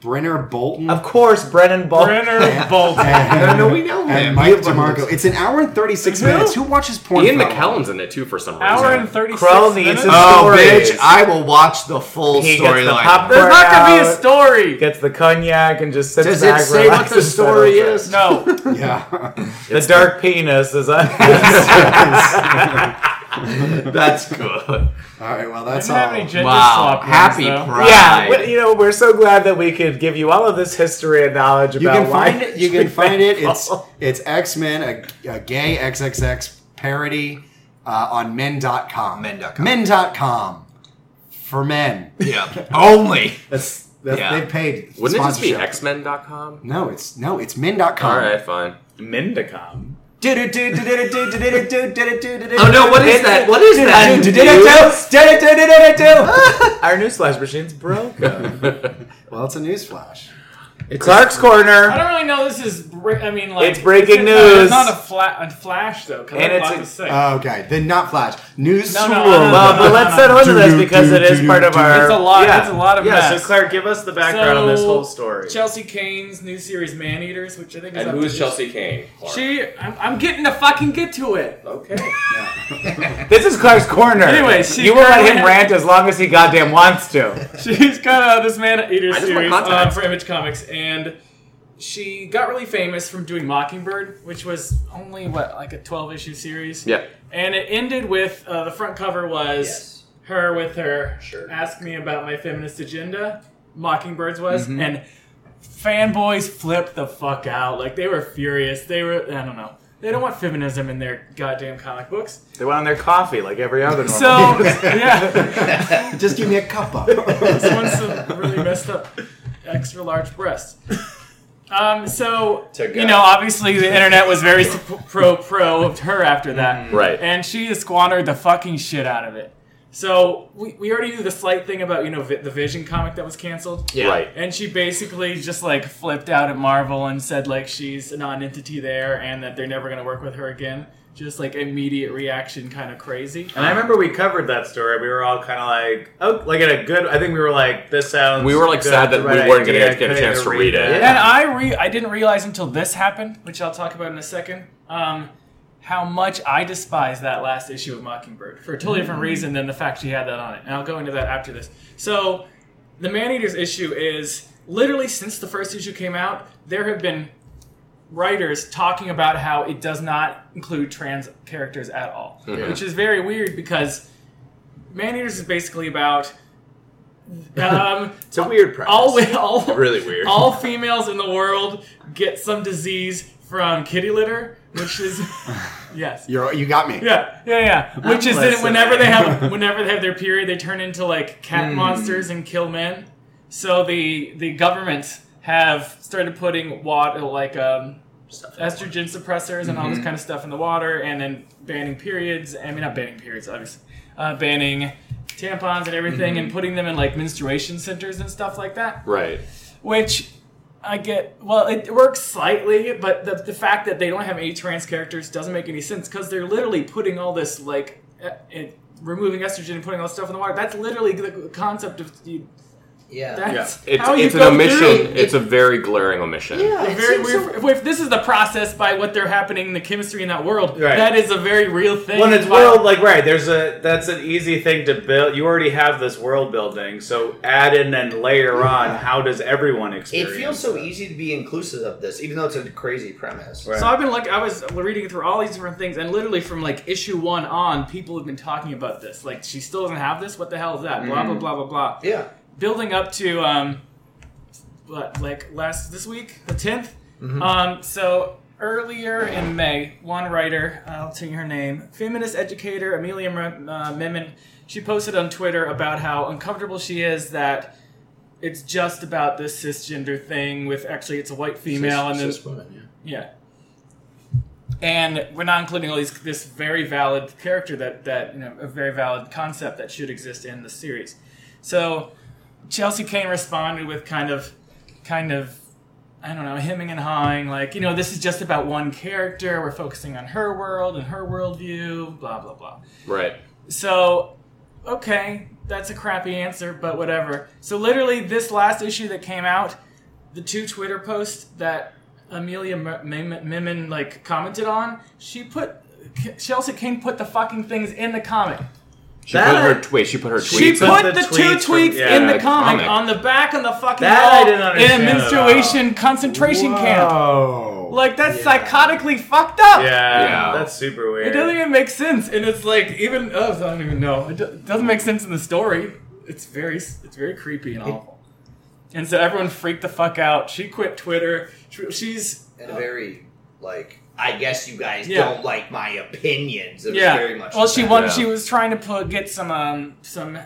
Speaker 2: Brenner Bolton.
Speaker 1: Of course, Brennan Ball.
Speaker 5: Brenner Bolton.
Speaker 2: and,
Speaker 4: No, no, we know
Speaker 2: and
Speaker 4: him.
Speaker 2: Mike
Speaker 4: We have one
Speaker 2: DeMarco.
Speaker 4: of those.
Speaker 2: It's an hour and 36
Speaker 5: Who?
Speaker 2: minutes. Who watches porn?
Speaker 6: Ian
Speaker 2: for that long?
Speaker 6: McKellen's in it too for some reason.
Speaker 5: Hour and 36
Speaker 1: Crow needs
Speaker 5: minutes.
Speaker 1: his
Speaker 4: Oh,
Speaker 1: stories.
Speaker 4: bitch! I will watch the full
Speaker 1: He gets the
Speaker 4: storyline.
Speaker 1: popcorn
Speaker 5: There's not gonna be a
Speaker 1: out,
Speaker 6: Oh.
Speaker 5: story.
Speaker 1: Gets the cognac and just sits
Speaker 4: Does
Speaker 1: back.
Speaker 4: it say what
Speaker 1: relaxes,
Speaker 4: the story
Speaker 1: settles in.
Speaker 4: is?
Speaker 5: No.
Speaker 2: Yeah.
Speaker 1: The dark penis is on.
Speaker 4: That's good.
Speaker 2: all right, well,
Speaker 5: I
Speaker 2: that's
Speaker 5: didn't
Speaker 1: Oh,
Speaker 5: have
Speaker 2: all.
Speaker 5: any ginger
Speaker 4: Wow,
Speaker 5: slop ones,
Speaker 4: happy
Speaker 5: though.
Speaker 4: pride.
Speaker 1: Yeah, but, you know we're so glad that we could give you all of this history and knowledge
Speaker 2: You
Speaker 1: about.
Speaker 2: can
Speaker 1: why
Speaker 2: find it. You can find it. It's it's X Men, a, a gay XXX parody uh, on men.com.
Speaker 4: Men.com.
Speaker 2: Men.com. For men.
Speaker 4: yeah, only.
Speaker 2: That's, that's
Speaker 4: Yeah.
Speaker 2: they've paid.
Speaker 6: Wouldn't it just be
Speaker 2: sponsorship.
Speaker 6: xmen.com?
Speaker 2: No, it's no, it's men.com.
Speaker 6: All right, fine.
Speaker 1: Mindicom.
Speaker 4: Oh
Speaker 1: Oh
Speaker 4: no! What is that? What is that?
Speaker 1: Our news flash machine's broke.
Speaker 2: Well, it's a newsflash.
Speaker 1: Clark's
Speaker 5: I
Speaker 1: corner.
Speaker 5: don't really know. This is. Bre- I mean, like
Speaker 1: It's breaking
Speaker 5: It's not
Speaker 1: news.
Speaker 5: a, fla- a flash though. Cause
Speaker 1: And
Speaker 5: and I
Speaker 1: it's
Speaker 5: have
Speaker 1: a- uh,
Speaker 5: a, to
Speaker 2: Uh,
Speaker 5: say.
Speaker 2: Okay, then not flash. News.
Speaker 5: No, no,
Speaker 2: swoop.
Speaker 5: no, no, no,
Speaker 1: Well, but let's settle into this because it is part of our.
Speaker 5: it's a lot.
Speaker 1: Yeah.
Speaker 5: It's a lot of
Speaker 1: yeah,
Speaker 5: mess.
Speaker 1: so Clark, give us the background on this
Speaker 5: So,
Speaker 1: whole story.
Speaker 5: Chelsea Kane's new series Man Eaters, which I think is
Speaker 6: And
Speaker 5: up
Speaker 6: who
Speaker 5: to
Speaker 6: is Chelsea Kane? Clark.
Speaker 5: She, I'm, I'm getting to fucking get to it.
Speaker 6: Okay.
Speaker 1: This is Clark's corner.
Speaker 5: Anyway, she-
Speaker 1: you will let him rant as long as he goddamn wants to.
Speaker 5: She's got uh, this Man Eater
Speaker 6: I just want
Speaker 5: series uh,
Speaker 6: context.
Speaker 5: for Image Comics, and she got really famous from doing Mockingbird, which was only what like a 12 issue series.
Speaker 6: Yeah.
Speaker 5: And it ended with uh, the front cover was
Speaker 4: Yes.
Speaker 5: her with her
Speaker 4: Sure.
Speaker 5: ask me about my feminist agenda. Mockingbird's was
Speaker 6: Mm-hmm.
Speaker 5: and fanboys flipped the fuck out. Like they were furious. They were I don't know. They don't want feminism in their goddamn comic books.
Speaker 1: They went on their coffee like every other normal.
Speaker 5: So yeah,
Speaker 2: Just give me a cup up.
Speaker 5: this one's some really messed up extra large breasts. Um, so
Speaker 4: To go.
Speaker 5: you know, obviously the internet was very sup- pro pro of her after
Speaker 4: Mm-hmm.
Speaker 5: that,
Speaker 6: Right.
Speaker 5: And she has squandered the fucking shit out of it. So we, we already knew the slight thing about you know vi- the Vision comic that was canceled,
Speaker 4: Yeah.
Speaker 6: Right.
Speaker 5: and she basically just like flipped out at Marvel and said like she's a non-entity there and that they're never gonna work with her again. Just like immediate reaction, kind of crazy.
Speaker 1: And I remember we covered that story. We were all kind of like, oh, like in a good. I think we were like, this sounds.
Speaker 6: We were, like,
Speaker 1: good,
Speaker 6: sad that
Speaker 1: the
Speaker 6: we weren't gonna
Speaker 1: idea,
Speaker 6: get a
Speaker 1: couldn't
Speaker 6: chance to read it.
Speaker 5: And I re- I didn't realize until this happened, which I'll talk about in a second, um, how much I despise that last issue of Mockingbird for a totally different reason than the fact she had that on it. And I'll go into that after this. So, the Man Eaters issue is literally since the first issue came out, there have been writers talking about how it does not include trans characters at all, which is very weird because Man Eaters is basically about. Um,
Speaker 4: It's a weird premise.
Speaker 5: all wi- all
Speaker 4: Really weird.
Speaker 5: All females in the world get some disease from kitty litter, which is yes.
Speaker 2: You're, you got me.
Speaker 5: Yeah, yeah, yeah. Which is that
Speaker 4: listening.
Speaker 5: whenever they have whenever they have their period, they turn into like
Speaker 4: Mm.
Speaker 5: cat monsters and kill men. So the the governments have started putting water like um, estrogen suppressors and all
Speaker 4: Mm-hmm.
Speaker 5: this kind of stuff in the water, and then banning periods. I mean, not banning periods, obviously, uh, banning tampons and everything,
Speaker 4: Mm-hmm.
Speaker 5: and putting them in like menstruation centers and stuff like that
Speaker 6: Right.
Speaker 5: which I get. Well, it works slightly, but the, the fact that they don't have any trans characters doesn't make any sense because they're literally putting all this like e- it, removing estrogen and putting all this stuff in the water. That's literally the concept of you,
Speaker 4: yeah.
Speaker 5: that's
Speaker 6: It's,
Speaker 5: how you
Speaker 6: it's an
Speaker 5: go
Speaker 6: omission.
Speaker 5: through.
Speaker 6: it's a very glaring omission.
Speaker 4: Yeah,
Speaker 5: A
Speaker 4: it
Speaker 5: very
Speaker 4: seems
Speaker 5: weird,
Speaker 4: so-
Speaker 5: if, if this is the process by what they're happening, the chemistry in that world,
Speaker 1: Right.
Speaker 5: that is a very real thing.
Speaker 1: Well, and it's
Speaker 5: But-
Speaker 1: world like right. There's a that's an easy thing to build. You already have this world building, so add in and layer on. How does everyone
Speaker 4: It
Speaker 1: experience?
Speaker 4: feels so
Speaker 1: that?
Speaker 4: easy to be inclusive of this, even though it's a crazy premise.
Speaker 1: Right.
Speaker 5: So I've been like I was reading through all these different things, and literally from like issue one on, people have been talking about this. Like she still doesn't have this. What the hell is that? Blah blah blah blah blah.
Speaker 4: Yeah.
Speaker 5: building up to um, what like last this week the 10th um, so earlier in may one writer i'll tell you her name feminist educator amelia M- uh, memon she posted on twitter about how uncomfortable she is that it's just about this cisgender thing with actually it's a white female and then yeah. And we're not including all these this very valid character that that you know a very valid concept that should exist in the series. So Chelsea Kane responded with kind of kind of I don't know, hemming and hawing, like, you know, this is just about one character, we're focusing on her world and her worldview, blah blah blah.
Speaker 6: Right.
Speaker 5: So, okay, that's a crappy answer, but whatever. So, literally, this last issue that came out, the two Twitter posts that Amelia M- M- Mimmin like commented on, she put K- Chelsea King put the fucking things in the comic.
Speaker 3: She
Speaker 4: That
Speaker 3: put
Speaker 4: I-
Speaker 3: her tweet. She put her tweets.
Speaker 5: She
Speaker 1: put
Speaker 5: put
Speaker 1: the
Speaker 5: the, two
Speaker 1: tweets from-
Speaker 5: tweets
Speaker 1: yeah,
Speaker 5: in the
Speaker 3: the
Speaker 5: comic,
Speaker 3: comic.
Speaker 5: on the back of the fucking
Speaker 1: That I
Speaker 5: wall
Speaker 1: didn't
Speaker 5: in a
Speaker 1: understand at
Speaker 5: menstruation concentration camp.
Speaker 2: Whoa.
Speaker 5: Like that's
Speaker 4: Yeah.
Speaker 5: psychotically fucked up.
Speaker 1: yeah,
Speaker 3: Yeah.
Speaker 1: that's super weird.
Speaker 5: It doesn't even make sense, and it's like even oh, I don't even know. It do- doesn't make sense in the story. It's very it's very creepy and awful. And so everyone freaked the fuck out. She quit Twitter. She- She's
Speaker 4: and a very like I guess you guys
Speaker 5: Yeah.
Speaker 4: don't like my opinions. It was
Speaker 5: yeah.
Speaker 4: very much
Speaker 5: well, she
Speaker 4: that.
Speaker 5: wanted.
Speaker 3: Yeah.
Speaker 5: She was trying to put, get some um some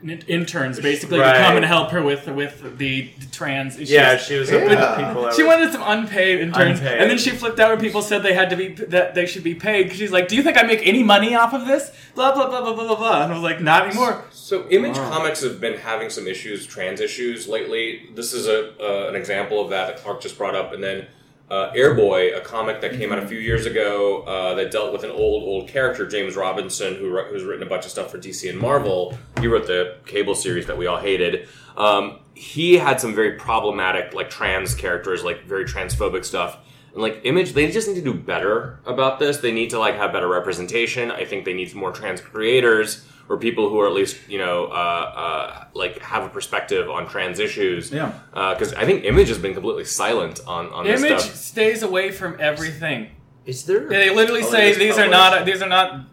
Speaker 5: in- interns basically
Speaker 1: Right.
Speaker 5: to come and help her with with the, the trans issues.
Speaker 1: Yeah, she was hoping
Speaker 4: Yeah.
Speaker 1: that people. that
Speaker 5: She
Speaker 1: were-
Speaker 5: wanted some unpaid interns,
Speaker 1: Unpaid.
Speaker 5: and then she flipped out when people said they had to be that they should be paid. 'cause she's like, "Do you think I make any money off of this?" Blah blah blah blah blah blah. blah. And I was like, "Not anymore."
Speaker 3: So Image Comics have been having some issues, trans issues lately. This is a uh, an example of that that Clark just brought up, and then uh, Airboy, a comic that came out a few years ago uh, that dealt with an old old character, James Robinson, who wr- who's written a bunch of stuff for DC and Marvel. He wrote the Cable series that we all hated. Um, he had some very problematic like trans characters, like very transphobic stuff. And like Image, they just need to do better about this. They need to like have better representation. I think they need more trans creators or people who are at least you know uh, uh, like have a perspective on trans issues.
Speaker 1: Yeah.
Speaker 3: Because I think Image has been completely silent on on
Speaker 5: Image
Speaker 3: this stuff.
Speaker 5: stays away from everything.
Speaker 4: Is there?
Speaker 5: They literally
Speaker 4: Oh, it
Speaker 5: say
Speaker 4: is
Speaker 5: these are
Speaker 4: published.
Speaker 5: not. These are not.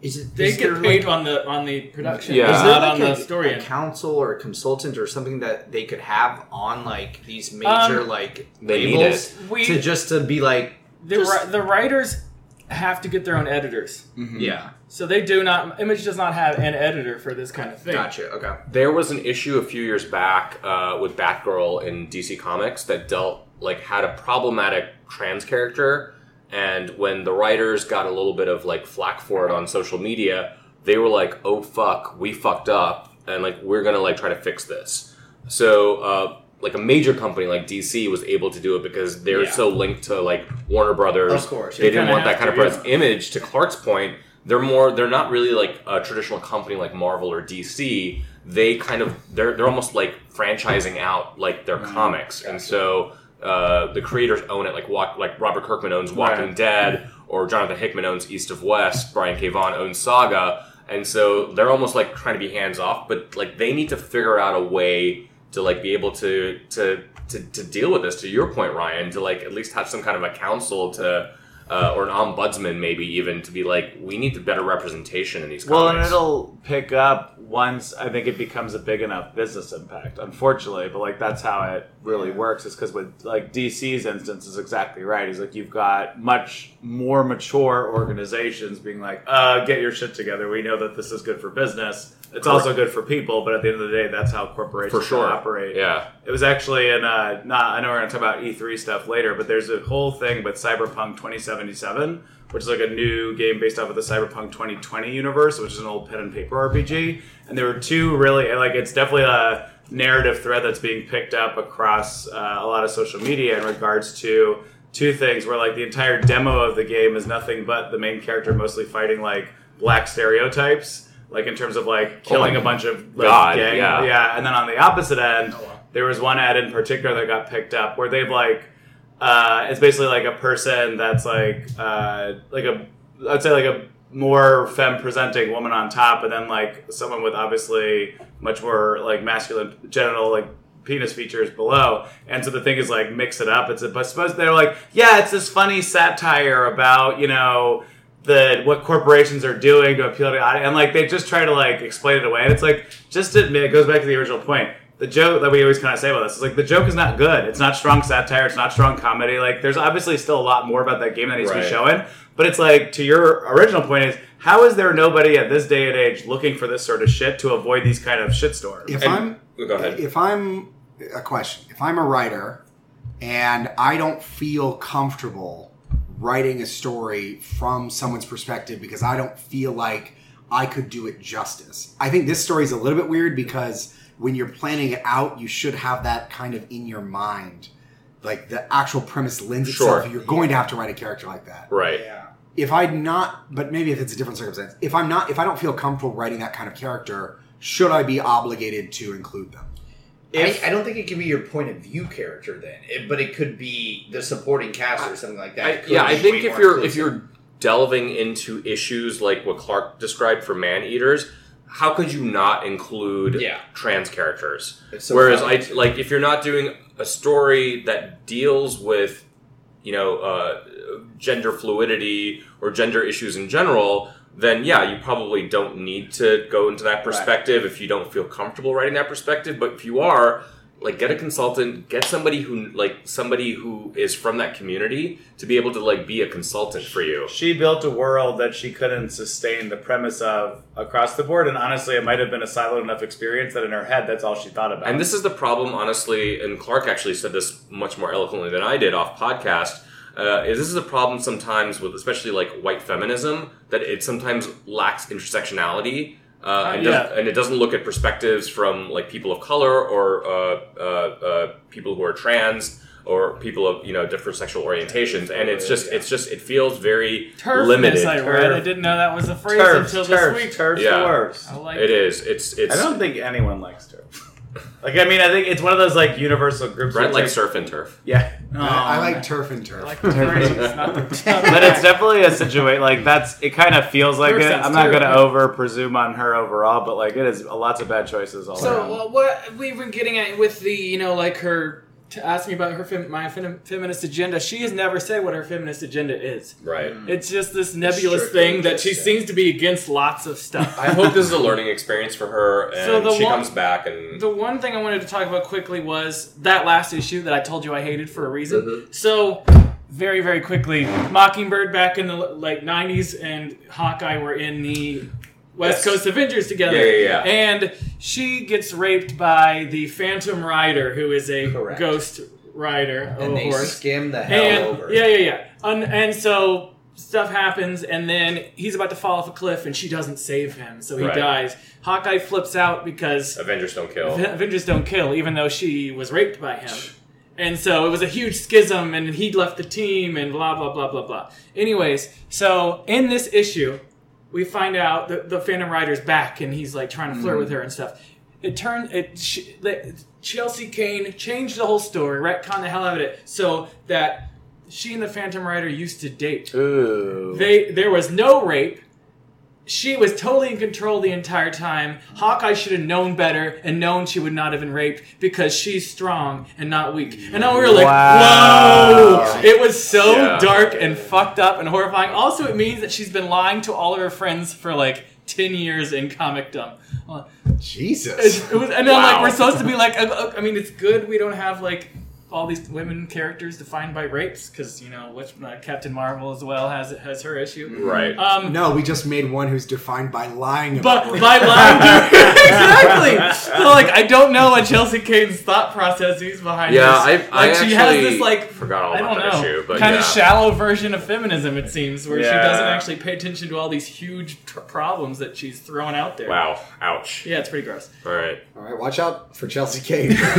Speaker 4: Is it?
Speaker 5: They
Speaker 4: is there,
Speaker 5: get
Speaker 4: like,
Speaker 5: paid on the on the production.
Speaker 3: Yeah.
Speaker 5: Yeah,
Speaker 4: Is there
Speaker 5: not
Speaker 4: like
Speaker 5: on
Speaker 4: a,
Speaker 5: the story.
Speaker 4: a
Speaker 5: end.
Speaker 4: counsel or a consultant or something that they could have on like these major like
Speaker 3: they need
Speaker 4: labels
Speaker 5: We-
Speaker 4: to just to be like
Speaker 5: The,
Speaker 4: just-
Speaker 5: ri- the writers have to get their own editors,
Speaker 3: Mm-hmm.
Speaker 4: yeah
Speaker 5: so they do not. Image does not have an editor for this kind of thing.
Speaker 4: gotcha okay
Speaker 3: There was an issue a few years back uh, with Batgirl in DC Comics that dealt like had a problematic trans character, and when the writers got a little bit of like flack for it on social media, they were like, "Oh fuck, we fucked up," and like we're gonna like try to fix this. So uh, like a major company like DC was able to do it because they're
Speaker 1: Yeah.
Speaker 3: so linked to like Warner Brothers.
Speaker 4: Of course.
Speaker 3: they didn't
Speaker 5: kinda
Speaker 3: want that
Speaker 5: have
Speaker 3: kind of
Speaker 5: to, yeah.
Speaker 3: presence image to clark's point they're more they're not really like a traditional company like marvel or dc they kind of they're they're almost like franchising out like their
Speaker 5: Mm-hmm.
Speaker 3: comics and so uh, the creators own it like walk like robert kirkman owns walking
Speaker 1: Right.
Speaker 3: dead or jonathan hickman owns east of west brian k Vaughan owns saga and so they're almost like trying to be hands off but like they need to figure out a way to like be able to to to, to deal with this to your point ryan to like at least have some kind of a council to uh, or an ombudsman maybe even to be like we need to better representation in these comics.
Speaker 1: Well, and it'll pick up once I think it becomes a big enough business impact. Unfortunately, but like that's how it really works. Is because with like DC's instance is exactly right. Is like you've got much more mature organizations being like, uh, get your shit together. We know that this is good for business. It's also good for people, but at the end of the day, that's how corporations
Speaker 3: for sure
Speaker 1: operate.
Speaker 3: yeah
Speaker 1: It was actually in uh, not. I know we're going to talk about E3 stuff later, but there's a whole thing with Cyberpunk 2077, which is like a new game based off of the Cyberpunk 2020 universe, which is an old pen and paper RPG. And there were two really like it's definitely a narrative thread that's being picked up across uh, a lot of social media in regards to two things where like the entire demo of the game is nothing but the main character mostly fighting like black stereotypes like in terms of like killing
Speaker 3: Oh my
Speaker 1: a bunch of like,
Speaker 3: God,
Speaker 1: gang
Speaker 3: yeah.
Speaker 1: yeah, and then on the opposite end, there was one ad in particular that got picked up where they've like, uh, it's basically like a person that's like, uh, like a, I'd say like a more femme presenting woman on top, and then like someone with obviously much more like masculine genital like penis features below. And so the thing is like mix it up. It's a, but suppose they're like, yeah, it's this funny satire about you know the what corporations are doing to appeal to audience, and like they just try to like explain it away. And it's like just admit it goes back to the original point. The joke that we always kind of say about this is like the joke is not good. It's not strong satire. It's not strong comedy. Like there's obviously still a lot more about that game that needs to
Speaker 3: Right.
Speaker 1: be shown. But it's like to your original point is how is there nobody at this day and age looking for this sort of shit to avoid these kind of shitstorms?
Speaker 2: If
Speaker 3: And-
Speaker 2: I'm
Speaker 3: go ahead
Speaker 2: If I'm a question, if I'm a writer and I don't feel comfortable writing a story from someone's perspective because I don't feel like I could do it justice. I think this story is a little bit weird because when you're planning it out, you should have that kind of in your mind. Like the actual premise lends itself.
Speaker 3: Sure.
Speaker 2: You're going to have to write a character like that
Speaker 3: right
Speaker 4: yeah
Speaker 2: if I'm not, but maybe if it's a different circumstance, if I'm not, if I don't feel comfortable writing that kind of character, should I be obligated to include them?
Speaker 7: if
Speaker 4: I, I don't think it could be your point of view character then, it, but it could be the supporting cast or something like that.
Speaker 3: I,
Speaker 4: It could
Speaker 3: yeah,
Speaker 4: be
Speaker 3: I
Speaker 4: way
Speaker 3: think if
Speaker 4: more
Speaker 3: you're if
Speaker 4: inclusive.
Speaker 3: you're delving into issues like what Clark described for man eaters, how could you not include
Speaker 4: Yeah.
Speaker 3: trans characters?
Speaker 4: It's so
Speaker 3: Whereas I
Speaker 4: valid.
Speaker 3: like if you're not doing a story that deals with you know uh, gender fluidity or gender issues in general. Then yeah, you probably don't need to go into that perspective if you don't feel comfortable writing that perspective. But if you are, like get a consultant get somebody who like somebody who is from that community to be able to like be a consultant for you
Speaker 1: She built a world that she couldn't sustain the premise of across the board, and honestly, it might have been a siloed enough experience that in her head, that's all she thought about.
Speaker 3: and this is the problem honestly and clark actually said this much more eloquently than i did off podcast uh, is this is a problem sometimes with especially like white feminism that it sometimes lacks intersectionality uh, and, doesn't- and it doesn't look at perspectives from like people of color or uh, uh, uh, people who are trans or people of you know different sexual orientations and it's just it's just it feels very
Speaker 5: Turfness,
Speaker 3: limited
Speaker 5: I read. I didn't know that was a phrase
Speaker 1: turf,
Speaker 5: until
Speaker 1: turf,
Speaker 5: this week.
Speaker 1: turf's
Speaker 3: Yeah.
Speaker 1: the worst.
Speaker 5: I like
Speaker 3: It is. It's it's.
Speaker 1: I don't think anyone likes turf. like, I mean, I think it's one of those like universal groups.
Speaker 3: Brett
Speaker 1: that's
Speaker 3: likes
Speaker 1: like-
Speaker 3: surf and turf.
Speaker 1: Yeah,
Speaker 5: Oh,
Speaker 2: I, I
Speaker 5: man.
Speaker 2: like turf and
Speaker 5: I
Speaker 2: turf.
Speaker 5: like the phrase, not the
Speaker 1: but it's definitely a situation like that's. It kind of feels like
Speaker 5: Turf
Speaker 1: it.
Speaker 5: sounds
Speaker 1: I'm not going to
Speaker 5: terrible.
Speaker 1: over presume on her overall, but like it is lots of bad choices all around.
Speaker 5: So uh, what we've been getting at with the you know like her to ask me about her fem- my fem- feminist agenda. She has never said what her feminist agenda is.
Speaker 3: Right.
Speaker 5: Hmm.
Speaker 4: Mm-hmm.
Speaker 5: It's just this nebulous
Speaker 4: Strictly
Speaker 5: thing that
Speaker 4: just
Speaker 5: she
Speaker 4: that.
Speaker 5: seems to be against lots of stuff.
Speaker 3: I hope this is a learning experience for her, and
Speaker 5: So the
Speaker 3: she
Speaker 5: one-
Speaker 3: comes back and
Speaker 5: the one thing I wanted to talk about quickly was that last issue that I told you I hated for a reason. So very very quickly, Mockingbird back in the like '90s and Hawkeye were in the
Speaker 3: Yes.
Speaker 5: West Coast Avengers together.
Speaker 3: Yeah, yeah, yeah.
Speaker 5: And she gets raped by the Phantom Rider, who is a
Speaker 4: Correct.
Speaker 5: ghost rider
Speaker 4: and
Speaker 5: oh,
Speaker 4: they
Speaker 5: horse.
Speaker 4: skim the hell
Speaker 5: And
Speaker 4: over.
Speaker 5: yeah, yeah, yeah. And, and so stuff happens, and then he's about to fall off a cliff, and she doesn't save him, so he
Speaker 3: Right.
Speaker 5: dies. Hawkeye flips out because
Speaker 3: Avengers don't kill.
Speaker 5: Avengers don't kill, even though she was raped by him. And so it was a huge schism, and he left the team, and blah, blah, blah, blah, blah. Anyways, so in this issue, we find out that the Phantom Rider's back, and he's like trying to flirt with her and stuff. It turned it. She, that Chelsea Kane changed the whole story, retcon the hell out of it, so that she and the Phantom Rider used to date.
Speaker 1: Ooh.
Speaker 5: They there was no rape. She was totally in control the entire time. Hawkeye should have known better and known she would not have been raped because she's strong and not weak. And now we were like,
Speaker 1: Wow.
Speaker 5: whoa! It was so
Speaker 3: Yeah.
Speaker 5: dark and fucked up and horrifying. Also, it means that she's been lying to all of her friends for like 10 years in comicdom.
Speaker 2: Jesus.
Speaker 5: It, it was, and then, like,
Speaker 3: Wow.
Speaker 5: we're supposed to be like, uh, uh, I mean, it's good we don't have, like, all these women characters defined by rapes, because, you know, which, uh, Captain Marvel as well has has her issue.
Speaker 3: right.
Speaker 5: Um,
Speaker 2: No, we just made one who's defined by lying about
Speaker 5: but
Speaker 2: rape.
Speaker 5: by lying to exactly. So, like, I don't know what Chelsea Kane's thought process is behind
Speaker 3: yeah, I,
Speaker 5: this.
Speaker 3: I
Speaker 5: like,
Speaker 3: actually
Speaker 5: she has this, like,
Speaker 3: forgot all
Speaker 5: I
Speaker 3: about
Speaker 5: don't
Speaker 3: that
Speaker 5: know,
Speaker 3: issue, but
Speaker 5: kind
Speaker 3: yeah.
Speaker 5: of shallow version of feminism, it seems, where she
Speaker 1: Yeah.
Speaker 5: doesn't actually pay attention to all these huge tr- problems that she's throwing out there.
Speaker 3: wow. Ouch.
Speaker 5: Yeah, it's pretty gross.
Speaker 3: All right.
Speaker 2: All right, watch out for Chelsea Kane.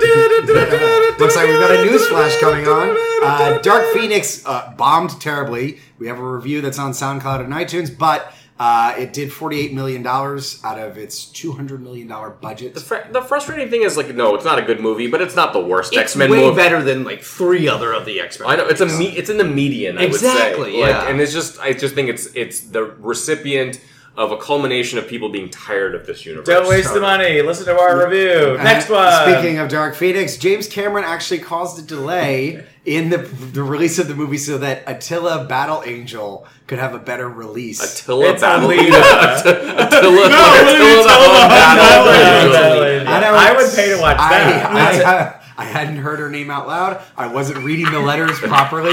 Speaker 2: Looks like we've got a news flash coming on. Uh, Dark Phoenix uh, bombed terribly. We have a review that's on SoundCloud and iTunes, but uh, it did $48 million out of its $200 million budget.
Speaker 3: The, fr- the frustrating thing is like, no, it's not a good movie, but it's not the worst
Speaker 8: It's
Speaker 3: X Men
Speaker 8: way
Speaker 3: movie.
Speaker 8: better than like three other of the X Men.
Speaker 3: I know it's a me- it's in the median. I Would
Speaker 8: Exactly,
Speaker 3: say.
Speaker 8: yeah.
Speaker 3: and it's just I just think it's it's the recipient of a culmination of people being tired of this universe.
Speaker 1: Don't waste the money. Listen to our review.
Speaker 2: Uh,
Speaker 1: Next one.
Speaker 2: Speaking of Dark Phoenix, James Cameron actually caused a delay in the, the release of the movie so that Attila Battle Angel could have a better release.
Speaker 3: Attila
Speaker 1: It's
Speaker 3: Battle.
Speaker 1: Alita.
Speaker 3: Attila, Attila,
Speaker 1: Attila
Speaker 3: Battle Angel.
Speaker 1: Battle
Speaker 2: I, know
Speaker 1: I would
Speaker 2: it's-
Speaker 1: pay to watch
Speaker 2: I,
Speaker 1: that.
Speaker 2: I, I, I hadn't heard her name out loud. I wasn't reading the letters properly.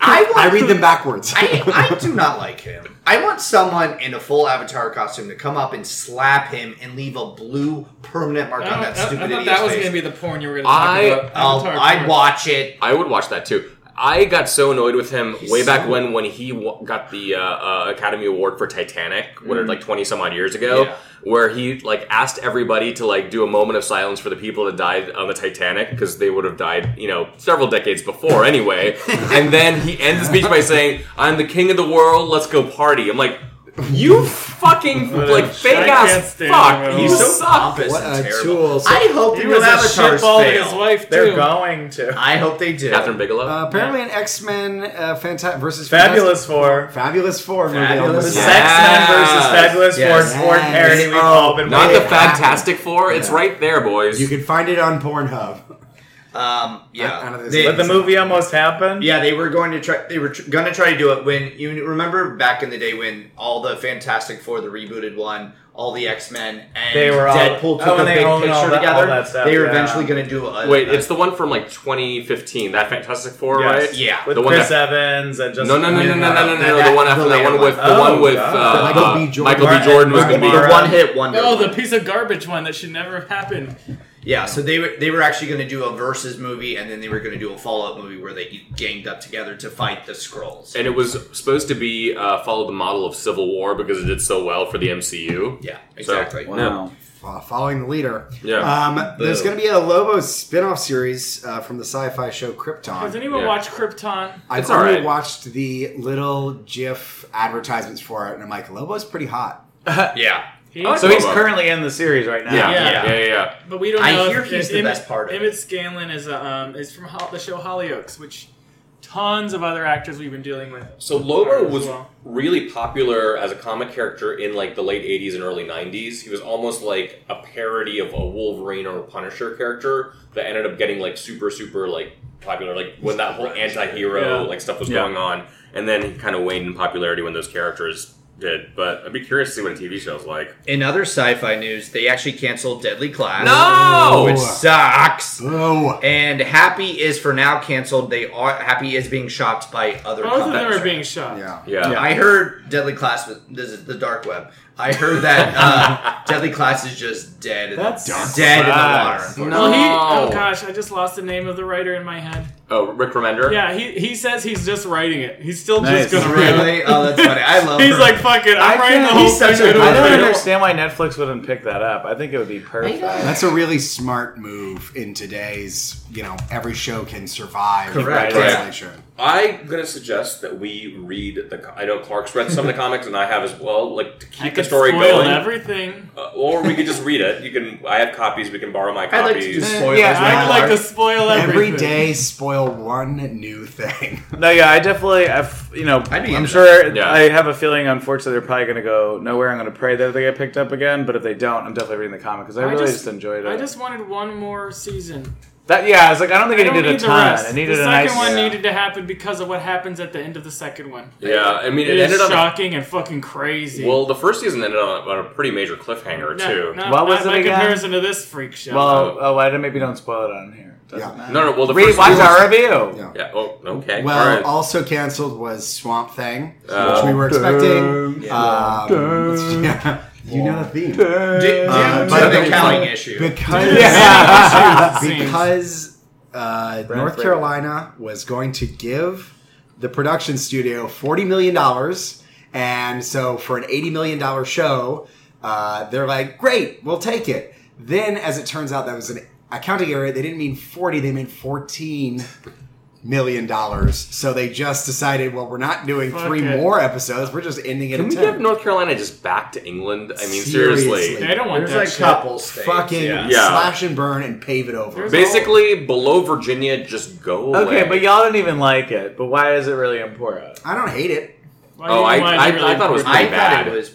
Speaker 4: I want
Speaker 2: I read them backwards.
Speaker 4: I, I do not like him. I want someone in a full avatar costume to come up and slap him and leave a blue permanent mark
Speaker 5: I,
Speaker 4: on
Speaker 5: don't-
Speaker 4: that
Speaker 5: I- I
Speaker 4: stupid
Speaker 5: thought
Speaker 4: idiot's
Speaker 5: that was
Speaker 4: face.
Speaker 5: going to be the porn you were going to talk
Speaker 3: I-
Speaker 5: about.
Speaker 4: I'll,
Speaker 5: Avatar
Speaker 4: I'd
Speaker 5: porn.
Speaker 4: watch it.
Speaker 3: I would watch that too. I got so annoyed with him way
Speaker 4: so-
Speaker 3: back when when he w- got the uh, uh, Academy Award for Titanic, what
Speaker 5: Mm.
Speaker 3: like twenty some odd years ago,
Speaker 4: Yeah.
Speaker 3: where he like asked everybody to like do a moment of silence for the people that died on the Titanic because they would have died, you know, several decades before anyway. and then he ends the speech by saying, "I'm the king of the world. Let's go party." I'm like. You fucking like fake
Speaker 5: I can't
Speaker 3: ass
Speaker 5: stand him
Speaker 3: fuck.
Speaker 5: at
Speaker 3: You
Speaker 5: all.
Speaker 3: so suck.
Speaker 4: pompous
Speaker 2: What
Speaker 4: and
Speaker 2: a
Speaker 4: terrible.
Speaker 2: tool. So,
Speaker 4: I hope the
Speaker 1: He
Speaker 4: new
Speaker 1: was a
Speaker 4: avatars
Speaker 1: shitball to his
Speaker 4: fail.
Speaker 1: wife,
Speaker 5: They're
Speaker 1: They're going to.
Speaker 4: I hope they do.
Speaker 3: Catherine Bigelow.
Speaker 2: uh, apparently, an X Men uh, Fantastic versus
Speaker 1: Fabulous Four.
Speaker 2: Fantastic- Fabulous Four movie.
Speaker 1: The
Speaker 4: Fabulous
Speaker 2: Almost-
Speaker 4: Yes.
Speaker 1: Sex Men versus Fabulous
Speaker 4: Yes.
Speaker 1: Four porn parody we've
Speaker 2: Yes.
Speaker 1: all been
Speaker 3: Oh, Not the
Speaker 1: waiting.
Speaker 3: Fantastic Four. It's right there, boys.
Speaker 2: You can find it on Pornhub.
Speaker 4: Um, yeah.
Speaker 2: I- I don't think
Speaker 4: They-
Speaker 2: so.
Speaker 1: But the movie almost happened.
Speaker 4: yeah, they were going to try. They were tr- going to try to do it when you remember back in the day when all the Fantastic Four, the rebooted one, all the X Men, and
Speaker 1: They were all-
Speaker 4: Deadpool took
Speaker 1: oh,
Speaker 4: a
Speaker 1: and they
Speaker 4: big
Speaker 1: owned
Speaker 4: picture
Speaker 1: all that-
Speaker 4: together.
Speaker 1: all that stuff,
Speaker 4: they were
Speaker 1: yeah.
Speaker 4: eventually going to do a
Speaker 3: Wait,
Speaker 4: a-
Speaker 3: it's the one from like 2015. That Fantastic Four,
Speaker 1: Yes.
Speaker 3: right?
Speaker 4: yeah.
Speaker 1: With
Speaker 3: The one
Speaker 1: Chris Evans and just
Speaker 3: No, no, no, no, no, no, no, no,
Speaker 4: That-
Speaker 3: The one
Speaker 4: the
Speaker 3: after that
Speaker 4: later
Speaker 3: one with
Speaker 1: one.
Speaker 3: the one
Speaker 1: Oh,
Speaker 3: with
Speaker 1: God.
Speaker 3: uh,
Speaker 2: Michael B.
Speaker 3: uh,
Speaker 2: Jordan.
Speaker 3: Michael B.
Speaker 1: Martin-
Speaker 3: Jordan was going to
Speaker 1: Martin
Speaker 3: be.
Speaker 4: the one hit wonder.
Speaker 5: Oh, the piece of garbage one that should never have happened.
Speaker 4: Yeah, so they were they were actually going to do a versus movie, and then they were going to do a follow up movie where they ganged up together to fight the Skrulls.
Speaker 3: And it was supposed to be uh, follow the model of Civil War because it did so well for the MCU.
Speaker 4: yeah, exactly.
Speaker 3: No.
Speaker 2: Fo- Following the leader.
Speaker 3: Yeah.
Speaker 2: Um, there's going to be a Lobo spin off series uh, from the sci fi show
Speaker 5: Has
Speaker 2: Krypton.
Speaker 5: anyone
Speaker 3: Yeah.
Speaker 5: watched Krypton?
Speaker 2: I've
Speaker 3: It's all
Speaker 2: only
Speaker 3: right.
Speaker 2: watched the little GIF advertisements for it, and I'm like, Lobo's pretty hot.
Speaker 4: Yeah,
Speaker 5: He-
Speaker 3: Oh,
Speaker 1: So he's
Speaker 3: Lobo.
Speaker 1: currently in the series right now.
Speaker 3: Yeah.
Speaker 5: Yeah.
Speaker 3: Yeah. Yeah. yeah.
Speaker 5: but we don't
Speaker 4: I
Speaker 5: know.
Speaker 4: hear
Speaker 5: if,
Speaker 4: he's
Speaker 5: if
Speaker 4: the
Speaker 5: Emmett-
Speaker 4: best part of it.
Speaker 5: Emmett Scanlon is a, um, is from Ho- the show Hollyoaks, which tons of other actors we've been dealing with.
Speaker 9: So Lobo
Speaker 5: As
Speaker 9: was
Speaker 5: well.
Speaker 9: really popular as a comic character in like the late '80s and early '90s. He was almost like a parody of a Wolverine or a Punisher character that ended up getting like super, super like popular. Like when that whole anti-hero
Speaker 5: Yeah.
Speaker 9: like stuff was
Speaker 3: Yeah.
Speaker 9: going on, and then he kind of waned in popularity when those characters did. But I'd be curious to see what a TV show's like.
Speaker 4: In other sci-fi news, they actually canceled Deadly Class.
Speaker 3: No!
Speaker 4: which sucks.
Speaker 2: Oh,
Speaker 4: And Happy is for now canceled. They are Happy is being shopped by other.
Speaker 5: Both of them
Speaker 4: companies.
Speaker 5: are being shot.
Speaker 2: yeah.
Speaker 3: Yeah.
Speaker 4: I heard Deadly Class was this is the dark web. I heard that uh, Deadly Class is just dead. In
Speaker 5: That's
Speaker 4: the,
Speaker 5: dark
Speaker 4: dead in the water.
Speaker 3: class.
Speaker 4: unfortunately.
Speaker 5: Well, he, oh
Speaker 3: No.
Speaker 5: gosh, I just lost the name of the writer in my head.
Speaker 3: Oh, Rick Remender.
Speaker 5: Yeah, he, he says he's just writing it. He's still
Speaker 1: Nice.
Speaker 5: just gonna write it.
Speaker 4: Really? Oh, that's funny. I love.
Speaker 5: He's
Speaker 4: her.
Speaker 5: like, fuck it, I'm
Speaker 1: I
Speaker 5: writing the
Speaker 1: can't-
Speaker 5: whole
Speaker 4: he's
Speaker 5: thing.
Speaker 4: such a-
Speaker 5: I don't
Speaker 1: I don't
Speaker 5: know.
Speaker 1: understand why Netflix wouldn't pick that up. I think it would be perfect.
Speaker 2: That's a really smart move in today's, you know, every show can survive
Speaker 4: Correct.
Speaker 2: the
Speaker 9: Correct.
Speaker 2: cancellation.
Speaker 9: I'm gonna suggest that we read the. co- I know Clark's read some of the comics, and I have as well. Like to keep
Speaker 5: I
Speaker 9: the
Speaker 5: could
Speaker 9: story
Speaker 5: spoil
Speaker 9: going,
Speaker 5: everything.
Speaker 9: Uh, or we could just read it. You can. I have copies. We can borrow my
Speaker 4: I'd
Speaker 9: copies.
Speaker 4: like to do spoilers.
Speaker 2: Yeah,
Speaker 5: I would
Speaker 2: Well,
Speaker 5: like
Speaker 2: our-
Speaker 5: to spoil everything.
Speaker 2: Every day, spoil one new thing.
Speaker 1: No, yeah, I definitely, I've, you know,
Speaker 4: I'd be
Speaker 1: I'm
Speaker 4: into
Speaker 1: sure.
Speaker 3: Yeah.
Speaker 1: I have a feeling, unfortunately, they're probably going to go nowhere. I'm going to pray that they get picked up again. But if they don't, I'm definitely reading the comic because I, really just, enjoyed it.
Speaker 5: I just wanted one more season.
Speaker 1: that, yeah, I was like, I don't think
Speaker 5: I
Speaker 1: it
Speaker 5: don't
Speaker 1: needed
Speaker 5: need
Speaker 1: a
Speaker 5: the
Speaker 1: ton.
Speaker 5: rest.
Speaker 1: It needed
Speaker 5: the
Speaker 1: a
Speaker 5: second
Speaker 1: nice.
Speaker 5: one needed to happen because of what happens at the end of the second one.
Speaker 3: Yeah, I mean, it,
Speaker 5: it
Speaker 3: ended
Speaker 5: is
Speaker 3: up.
Speaker 5: shocking and fucking crazy.
Speaker 3: Well, the first season ended up on a pretty major cliffhanger
Speaker 5: No,
Speaker 3: too.
Speaker 5: no,
Speaker 1: What was
Speaker 5: not
Speaker 1: it
Speaker 5: by
Speaker 1: again?
Speaker 5: comparison to this freak show.
Speaker 1: Well, oh, why did maybe don't spoil it on here? Doesn't
Speaker 2: Yeah.
Speaker 1: matter.
Speaker 3: No, no. Well, the
Speaker 1: Read,
Speaker 3: first
Speaker 1: watch
Speaker 3: season-
Speaker 1: our review.
Speaker 2: Yeah.
Speaker 3: Yeah. Oh, okay.
Speaker 2: Well,
Speaker 3: All right.
Speaker 2: also canceled was Swamp Thing,
Speaker 3: Oh.
Speaker 2: which we were expecting.
Speaker 4: Yeah.
Speaker 2: Um, yeah. You know the theme.
Speaker 4: Due- due
Speaker 2: Uh,
Speaker 4: to
Speaker 2: by the
Speaker 4: the
Speaker 2: way,
Speaker 4: accounting
Speaker 2: like,
Speaker 4: issue.
Speaker 2: Because,
Speaker 5: Yeah.
Speaker 2: because uh, North
Speaker 1: Brent.
Speaker 2: Carolina was going to give the production studio $40 million. And so for an $80 million show, uh, they're like, great, we'll take it. Then, as it turns out, that was an accounting error. They didn't mean 40, they meant 14 million dollars. So they just decided, well, we're not doing
Speaker 5: Fuck
Speaker 2: three
Speaker 5: it.
Speaker 2: more episodes. We're just ending it
Speaker 3: Can
Speaker 2: at
Speaker 3: we
Speaker 2: 10.
Speaker 3: give North Carolina just back to England? I mean, seriously.
Speaker 2: Seriously.
Speaker 5: they don't want
Speaker 4: There's
Speaker 5: that
Speaker 4: like
Speaker 5: shit.
Speaker 4: couple states.
Speaker 2: fucking
Speaker 4: yeah.
Speaker 3: Yeah.
Speaker 2: slash and burn and pave it over.
Speaker 5: There's
Speaker 3: Basically, below Virginia, just go away.
Speaker 1: Okay, but y'all didn't even like it. But why is it really important?
Speaker 2: I don't hate it.
Speaker 5: Why
Speaker 3: Oh,
Speaker 5: do you
Speaker 3: I-
Speaker 5: want
Speaker 3: I-
Speaker 5: to really
Speaker 3: I thought it was
Speaker 5: prove
Speaker 4: I
Speaker 3: pretty
Speaker 4: thought
Speaker 3: bad.
Speaker 4: it was. Pr-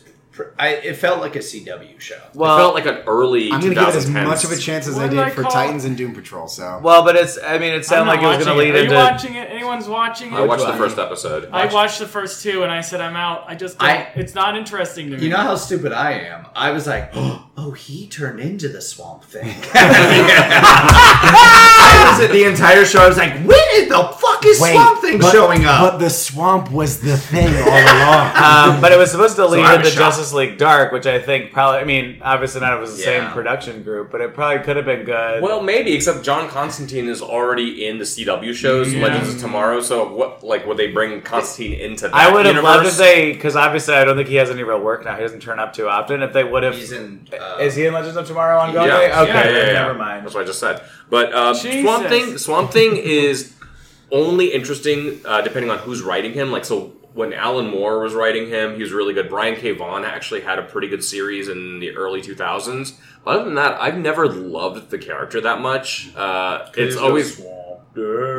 Speaker 4: I, it felt like a CW show.
Speaker 1: Well,
Speaker 3: it felt like an early.
Speaker 2: I'm going to give it as
Speaker 3: 2010s.
Speaker 2: much of a chance as
Speaker 5: What
Speaker 2: I
Speaker 5: did
Speaker 2: did
Speaker 5: I
Speaker 2: for
Speaker 5: call-
Speaker 2: Titans and Doom Patrol. So
Speaker 1: well, but it's. I mean, it
Speaker 5: I'm
Speaker 1: sounded like it
Speaker 5: not
Speaker 1: was going to
Speaker 5: watching
Speaker 1: lead
Speaker 5: Are
Speaker 1: into.
Speaker 5: you watching it? Anyone's watching it?
Speaker 3: I watched the
Speaker 2: one?
Speaker 3: first episode.
Speaker 5: I watched the first two and I said I'm out. I just don't,
Speaker 4: I-
Speaker 5: it's not interesting to me.
Speaker 4: You know how stupid I am. I was like, oh, he turned into the swamp thing. I was at the entire show. I was like, when is the fuck is swamp thing showing up?
Speaker 2: But the swamp was the thing all along.
Speaker 1: um, but it was supposed to lead
Speaker 4: I
Speaker 1: into
Speaker 4: was shocked.
Speaker 1: Justice League Dark, which I think probably. I mean, obviously not. It was the
Speaker 4: Yeah.
Speaker 1: same production group, but it probably could have been good.
Speaker 3: Well, maybe except John Constantine is already in the CW shows
Speaker 5: Yeah.
Speaker 3: Legends of Tomorrow. So what? Like, would they bring Constantine into that?
Speaker 1: I would have loved if
Speaker 3: universe?
Speaker 1: they, because obviously I don't think he has any real work now. He doesn't turn up too often. If they would have,
Speaker 4: He's in, uh,
Speaker 1: is he in Legends of Tomorrow on Go
Speaker 3: Yeah,
Speaker 1: Day?
Speaker 3: yeah,
Speaker 1: Okay,
Speaker 3: yeah, yeah, yeah.
Speaker 1: never mind.
Speaker 3: That's what I just said. But uh, Swamp
Speaker 5: Jesus.
Speaker 3: Thing, Swamp Thing is only interesting uh, depending on who's writing him. Like, so when Alan Moore was writing him, he was really good. Brian K. Vaughan actually had a pretty good series in the early 2000s. Other than that, I've never loved the character that much. Uh, it's always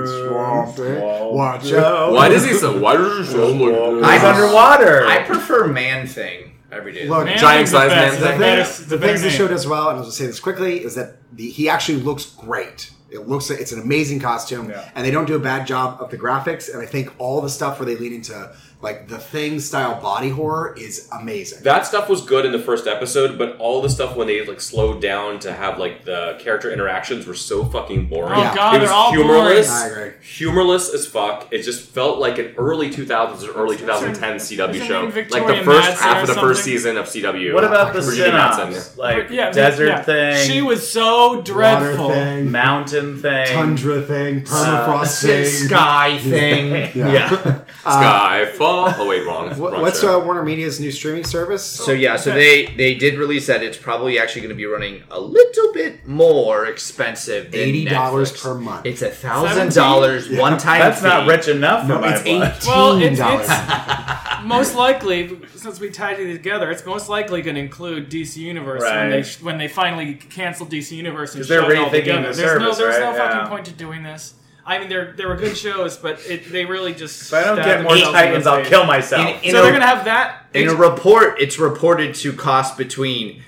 Speaker 2: Swamp Thing. Watch out.
Speaker 3: why does he so? Why does he sound like
Speaker 4: I-
Speaker 1: He's
Speaker 3: this?
Speaker 1: underwater.
Speaker 4: I prefer Man Thing every day.
Speaker 2: Look,
Speaker 5: Man
Speaker 3: Giant
Speaker 5: Thing's the
Speaker 3: size
Speaker 5: best.
Speaker 3: man
Speaker 5: It's
Speaker 3: thing.
Speaker 5: the best-
Speaker 2: The,
Speaker 5: it's the
Speaker 2: things
Speaker 5: big
Speaker 2: this show
Speaker 5: name.
Speaker 2: does well, and I'll just say this quickly, is that the, he actually looks great. It looks it's an amazing costume, and they don't do a bad job of the graphics. And I think all the stuff where they lean into like the thing style body horror is amazing.
Speaker 10: That stuff was good in the first episode, but all the stuff when they like slowed down to have like the character interactions were so fucking boring.
Speaker 5: Oh
Speaker 2: Yeah.
Speaker 5: god,
Speaker 10: It was
Speaker 5: they're all
Speaker 10: humorless.
Speaker 5: boring.
Speaker 2: I agree.
Speaker 10: Humorless as fuck. It just felt like an early 2000s or early
Speaker 5: Is there-
Speaker 10: 2010
Speaker 5: is
Speaker 10: CW
Speaker 5: there
Speaker 10: show.
Speaker 5: named Victoria
Speaker 3: Like the first
Speaker 5: Madsen
Speaker 3: half
Speaker 5: or
Speaker 3: of the first
Speaker 5: something?
Speaker 3: season of CW.
Speaker 1: what about the
Speaker 3: Virginia
Speaker 1: spin-offs?
Speaker 3: Madsen?
Speaker 1: Like
Speaker 5: Yeah,
Speaker 1: desert
Speaker 5: yeah.
Speaker 1: thing,
Speaker 5: She was so dreadful.
Speaker 2: Water thing,
Speaker 1: mountain thing,
Speaker 2: tundra thing, permafrost thing, uh,
Speaker 4: Sky Thing.
Speaker 1: Yeah. Uh,
Speaker 3: Skyfall. Oh wait, wrong.
Speaker 2: What,
Speaker 3: wrong
Speaker 2: what's
Speaker 3: show.
Speaker 2: uh, Warner Media's new streaming service?
Speaker 4: So yeah, so they they did release that. It's probably actually going to be running a little bit more expensive. Than
Speaker 2: eighty dollars
Speaker 4: Netflix.
Speaker 2: per month.
Speaker 4: It's a thousand dollars
Speaker 2: Yeah.
Speaker 4: one time.
Speaker 1: That's not rich enough for
Speaker 2: no,
Speaker 1: my
Speaker 2: it's
Speaker 1: blood.
Speaker 2: eighteen
Speaker 5: Well, it's,
Speaker 2: dollars.
Speaker 5: it's most likely since we tied it together, it's most likely going to include DC Universe when they
Speaker 1: Right.
Speaker 5: sh- when they finally cancel DC Universe and
Speaker 1: 'Cause they're
Speaker 5: shut it all
Speaker 1: rethinking the
Speaker 5: together. There's
Speaker 1: service,
Speaker 5: no, there's no
Speaker 1: right? Yeah.
Speaker 5: fucking point to doing this. I mean, there there were good shows, but it, they really just.
Speaker 1: If I don't
Speaker 5: stabbed
Speaker 1: get more
Speaker 5: themselves in the
Speaker 1: Titans, I'll
Speaker 5: face.
Speaker 1: kill myself.
Speaker 4: In- in
Speaker 5: so
Speaker 4: a-
Speaker 5: they're gonna have that.
Speaker 4: In a report, it's reported to cost between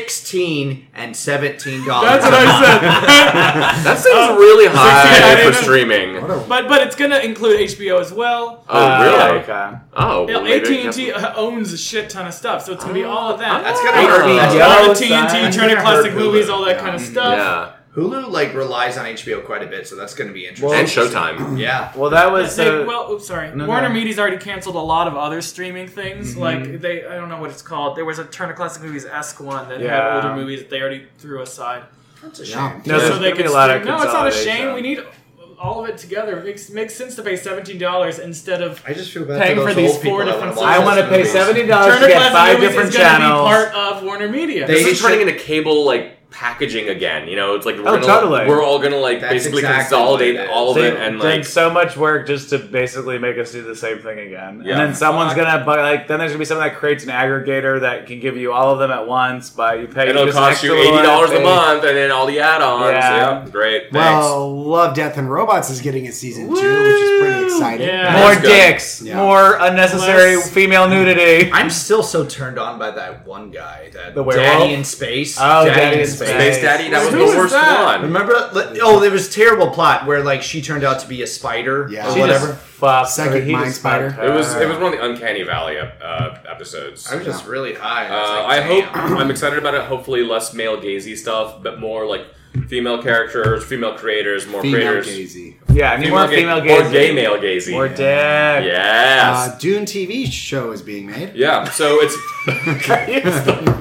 Speaker 4: sixteen and seventeen dollars.
Speaker 5: That's what Oh. I said.
Speaker 3: That sounds really high
Speaker 5: didn't
Speaker 3: for
Speaker 5: know.
Speaker 3: streaming.
Speaker 2: What a-
Speaker 5: but but it's gonna include HBO as well.
Speaker 3: Oh really?
Speaker 11: Okay.
Speaker 3: Oh, well,
Speaker 5: AT
Speaker 3: maybe I
Speaker 5: and T
Speaker 3: guess-
Speaker 5: owns a shit ton of stuff, so it's gonna be all of that.
Speaker 4: That's gotta
Speaker 3: Oh.
Speaker 4: hurt me.
Speaker 3: That's
Speaker 5: a lot of
Speaker 1: Yo,
Speaker 5: TNT,
Speaker 1: son.
Speaker 5: Turner Classic
Speaker 4: Hulu.
Speaker 5: Movies, all that
Speaker 4: Yeah.
Speaker 5: kind of
Speaker 4: Mhm.
Speaker 5: stuff.
Speaker 3: Yeah,
Speaker 4: Hulu like relies on HBO quite a bit, so that's going to be interesting.
Speaker 3: and Showtime.
Speaker 4: yeah.
Speaker 1: well, that was
Speaker 5: They-
Speaker 1: so-
Speaker 5: well, oops, sorry.
Speaker 1: No, Mm-hmm.
Speaker 5: Warner
Speaker 1: no.
Speaker 5: Media's already canceled a lot of other streaming things. Like they, I don't know what it's called. There was a Turner Classic Movies esque one that
Speaker 1: Yeah.
Speaker 5: had older movies that they already threw aside.
Speaker 4: That's a
Speaker 2: Yeah.
Speaker 4: shame.
Speaker 1: No, there's
Speaker 5: so they
Speaker 1: gonna be
Speaker 5: could
Speaker 1: a lot
Speaker 5: stream-
Speaker 1: of
Speaker 5: no, it's not a shame.
Speaker 1: consolidation.
Speaker 5: We need all of it together. It makes makes sense to pay seventeen dollars instead of
Speaker 4: I just feel bad
Speaker 5: Paying
Speaker 4: for,
Speaker 5: for
Speaker 4: those
Speaker 5: these
Speaker 4: old people
Speaker 5: four
Speaker 4: that
Speaker 5: different
Speaker 4: wanna watch
Speaker 1: I want to
Speaker 4: those
Speaker 1: pay
Speaker 4: movies.
Speaker 1: seventy dollars to
Speaker 5: Turner
Speaker 1: get
Speaker 5: Classic
Speaker 1: five
Speaker 5: Movies
Speaker 1: different
Speaker 5: is going to be
Speaker 1: channels.
Speaker 5: part of Warner Media.
Speaker 4: They-
Speaker 3: This is
Speaker 4: should-
Speaker 3: turning into cable like packaging again. You know, it's like we're,
Speaker 1: Oh,
Speaker 3: gonna,
Speaker 1: totally.
Speaker 3: we're all gonna like
Speaker 4: That's
Speaker 3: basically
Speaker 4: exactly
Speaker 3: consolidate
Speaker 4: what it is.
Speaker 3: all of
Speaker 1: They-
Speaker 3: it and
Speaker 1: they
Speaker 3: like
Speaker 1: did so much work just to basically make us do the same thing again.
Speaker 3: Yeah.
Speaker 1: And then someone's
Speaker 5: Fuck.
Speaker 1: gonna buy like then there's gonna be someone that creates an aggregator that can give you all of them at once, but you pay
Speaker 3: and it'll
Speaker 1: just an
Speaker 3: cost you
Speaker 1: extra little
Speaker 3: eighty dollars a
Speaker 1: fee.
Speaker 3: month, and then all the add-ons.
Speaker 1: Yeah.
Speaker 3: Yeah, great. Thanks.
Speaker 2: Well, Love, Death, and Robots is getting a season two, which is pretty exciting.
Speaker 5: Yeah.
Speaker 1: More
Speaker 3: That's good.
Speaker 1: dicks,
Speaker 2: Yeah.
Speaker 1: more unnecessary
Speaker 5: Less-
Speaker 1: female nudity.
Speaker 4: I'm still so turned on by that one guy, that
Speaker 1: The werewolf?
Speaker 4: Daddy in Space.
Speaker 1: Oh, Daddy in
Speaker 3: Space Daddy, that was
Speaker 5: Who is
Speaker 3: the worst
Speaker 5: that?
Speaker 3: one.
Speaker 4: Remember? li- Oh, there was terrible plot where like she turned out to be a spider
Speaker 2: Yeah.
Speaker 4: or
Speaker 2: She
Speaker 4: whatever.
Speaker 1: Just fucked,
Speaker 2: Second
Speaker 1: or he
Speaker 2: Mind
Speaker 1: just
Speaker 2: Spider.
Speaker 1: fucked her.
Speaker 3: It was it was one of the Uncanny Valley ep- uh, episodes.
Speaker 4: I was just really high. I, was
Speaker 3: Uh, I
Speaker 4: like,
Speaker 3: hope
Speaker 4: "Damn."
Speaker 3: I'm excited about it. Hopefully, less male gazy stuff, but more like female characters, female creators, more
Speaker 2: Female
Speaker 3: creators,
Speaker 2: Daisy.
Speaker 1: yeah, I need more
Speaker 3: gay-
Speaker 1: female
Speaker 3: more
Speaker 1: gays.
Speaker 3: gay male gazy.
Speaker 1: More dick.
Speaker 3: yes.
Speaker 2: Uh, Dune TV show is being made.
Speaker 3: yeah. So it's it's the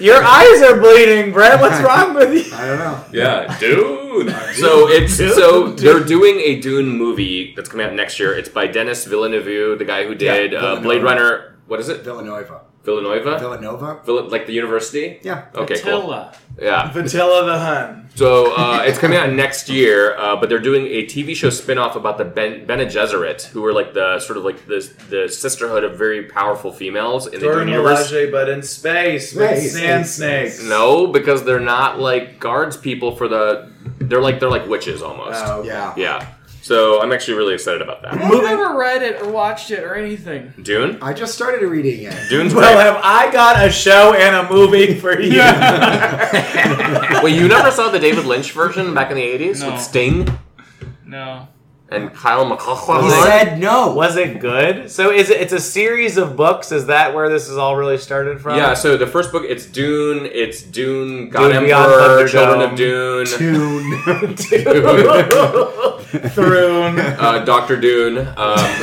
Speaker 1: Your eyes are bleeding, Brett. What's wrong with you?
Speaker 2: I don't know.
Speaker 3: Yeah, dude. So it's so they're doing a Dune movie that's coming out next year. It's by Dennis Villeneuve, the guy who did
Speaker 2: Yeah,
Speaker 3: uh, Blade
Speaker 2: Villeneuve.
Speaker 3: Runner. What is it?
Speaker 2: Villanova.
Speaker 3: Villanova.
Speaker 2: Villanova.
Speaker 3: Vill- like the university.
Speaker 2: Yeah.
Speaker 3: Okay. Cool.
Speaker 5: Attila.
Speaker 3: Yeah.
Speaker 1: Vatilla the Hun.
Speaker 3: So uh, it's coming out next year, uh, but they're doing a TV show spin-off about the ben- Bene Gesserit, who were like the sort of like the, the sisterhood of very powerful females in the
Speaker 1: Dora
Speaker 3: Dune universe.
Speaker 1: Milaje, but in space with
Speaker 2: Space,
Speaker 1: sand
Speaker 2: space,
Speaker 1: snakes.
Speaker 3: No, because they're not like guards people for the. They're like they're like witches almost.
Speaker 1: Oh, okay.
Speaker 2: Uh, Yeah.
Speaker 3: Yeah. So I'm actually really excited about that.
Speaker 5: I've never read it or watched it or anything.
Speaker 3: Dune.
Speaker 2: I just started reading it.
Speaker 3: Dune's
Speaker 1: Well,
Speaker 3: well,
Speaker 1: have I got a show and a movie for you? uh,
Speaker 3: Wait, you never saw the David Lynch version back in the '80s
Speaker 5: No.
Speaker 3: with Sting
Speaker 5: No.
Speaker 3: and Kyle
Speaker 2: He
Speaker 3: MacLachlan?
Speaker 2: said no.
Speaker 1: Was it good? So is it? It's a series of books. Is that where this is all really started from?
Speaker 3: Yeah. So the first book, it's Dune. It's Dune, God
Speaker 1: Dune Beyond
Speaker 3: Emperor, Children
Speaker 1: Thunderdome.
Speaker 3: of Dune.
Speaker 2: Dune.
Speaker 1: Throne.
Speaker 3: uh, Doctor Dune. Um,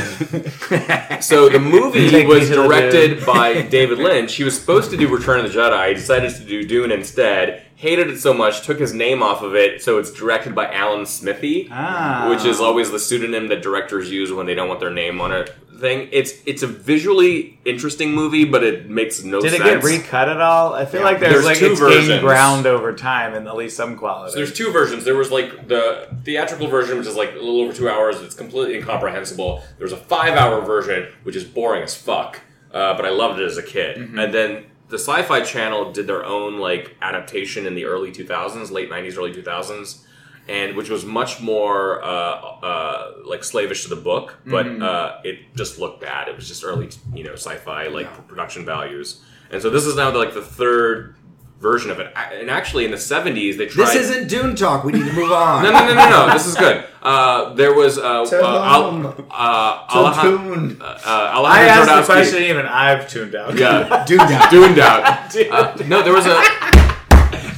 Speaker 3: so the movie
Speaker 1: Take me
Speaker 3: was
Speaker 1: to the
Speaker 3: directed by David Lynch. He was supposed to do Return of the Jedi. He decided to do Dune instead. Hated it so much, took his name off of it. So it's directed by Alan Smithy,
Speaker 1: Ah.
Speaker 3: which is always the pseudonym that directors use when they don't want their name on it. thing. It's it's a visually interesting movie, but it makes no
Speaker 1: Did it
Speaker 3: sense.
Speaker 1: get recut at all? I feel
Speaker 6: Yeah.
Speaker 1: like there's,
Speaker 3: There's
Speaker 1: like
Speaker 3: two
Speaker 1: it's
Speaker 3: versions.
Speaker 1: gained ground over time and at least some quality.
Speaker 3: So
Speaker 1: there's
Speaker 3: there's two versions. There was like the theatrical version, which is like a little over two hours. It's completely incomprehensible. There's a five-hour version, which is boring as fuck. Uh, but I loved it as a kid.
Speaker 2: Mm-hmm.
Speaker 3: And then the Sci-Fi Channel did their own like adaptation in the early 2000s, late 90s, early 2000s, and which was much more uh, uh, like slavish to the book, but
Speaker 2: Mm-hmm.
Speaker 3: uh, it just looked bad. It was just early, you know, sci-fi like production values. And so this is now like the third version of it. And actually, in the 70s, they tried.
Speaker 2: This isn't Dune talk. We need to move on.
Speaker 3: No, no, no, no, no. This is good. Uh, there was uh, uh,
Speaker 4: To
Speaker 3: Al-
Speaker 4: whom?
Speaker 3: uh, Alejandro,
Speaker 4: Tune.
Speaker 3: uh, uh,
Speaker 1: I
Speaker 3: Alejandro
Speaker 1: asked the
Speaker 3: Jodorowsky.
Speaker 1: question, even I've tuned out.
Speaker 3: Yeah,
Speaker 2: Dune talk.
Speaker 3: doomed out. Uh, no, there was a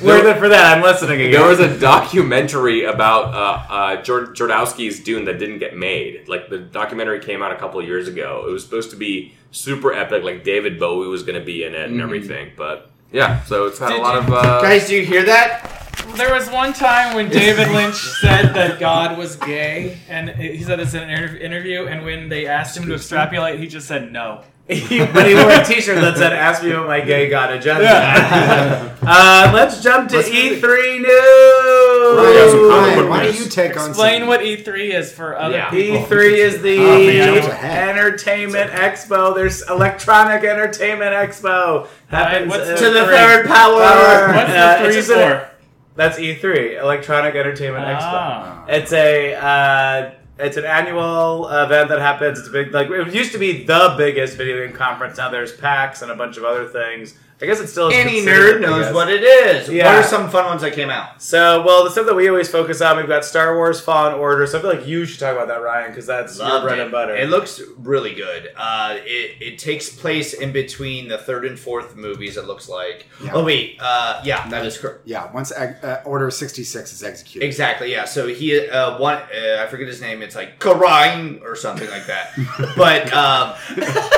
Speaker 1: Where the, for that, I'm listening again.
Speaker 3: there was a documentary about uh, uh, Jord- Jordowski's Dune that didn't get made. Like the documentary came out a couple of years ago. It was supposed to be super epic. Like David Bowie was going to be in it
Speaker 1: Mm.
Speaker 3: and everything. But yeah, so it's had
Speaker 5: Did
Speaker 3: a lot
Speaker 5: you-
Speaker 3: of. Uh,
Speaker 4: Guys, do you hear that?
Speaker 5: There was one time when David Lynch said that God was gay, and he said this in an inter- interview. And when they asked him to extrapolate, he just said no.
Speaker 1: but he wore a T-shirt that said "Ask me what my gay god agenda."
Speaker 2: Yeah.
Speaker 1: uh, let's jump to
Speaker 2: Let's move it.
Speaker 1: E3
Speaker 3: we got some comic
Speaker 2: Ryan,
Speaker 3: book
Speaker 1: news.
Speaker 2: why don't
Speaker 3: news.
Speaker 2: you take on
Speaker 5: Explain
Speaker 2: some-
Speaker 5: what E3 is for other
Speaker 3: Yeah.
Speaker 5: people.
Speaker 4: E
Speaker 1: E3 E is the
Speaker 2: Oh, we jumped ahead.
Speaker 1: Entertainment Expo. There's Electronic Entertainment Expo happens
Speaker 5: what's
Speaker 1: uh,
Speaker 5: To the third
Speaker 1: power.
Speaker 5: What's
Speaker 1: Uh,
Speaker 5: the
Speaker 1: it's
Speaker 5: three
Speaker 1: just
Speaker 5: for?
Speaker 1: an- that's E3, Electronic Entertainment Expo.
Speaker 5: Ah.
Speaker 1: It's a uh, it's an annual event that happens. It's a big like it used to be the biggest video game conference. Now there's PAX and a bunch of other things. I guess it's still is
Speaker 4: Any
Speaker 1: considered
Speaker 4: nerd
Speaker 1: it, I
Speaker 4: knows
Speaker 1: guess.
Speaker 4: what it is.
Speaker 1: Yeah.
Speaker 4: What are some fun ones that came out?
Speaker 1: So well, the stuff that we always focus on, we've got Star Wars Fallen Order. So I feel like you should talk about that, Ryan, because that's your
Speaker 4: Loved
Speaker 1: bread
Speaker 4: it.
Speaker 1: and butter.
Speaker 4: It looks really good. Uh, it, it takes place in between the third and fourth movies, it looks like.
Speaker 2: Yeah.
Speaker 4: Oh, wait. Uh, yeah, that is correct.
Speaker 2: Yeah, once ex- uh, Order 66 is executed.
Speaker 4: Exactly. Yeah. So he uh, one uh, I forget his name. It's like Karang or something like that. but um,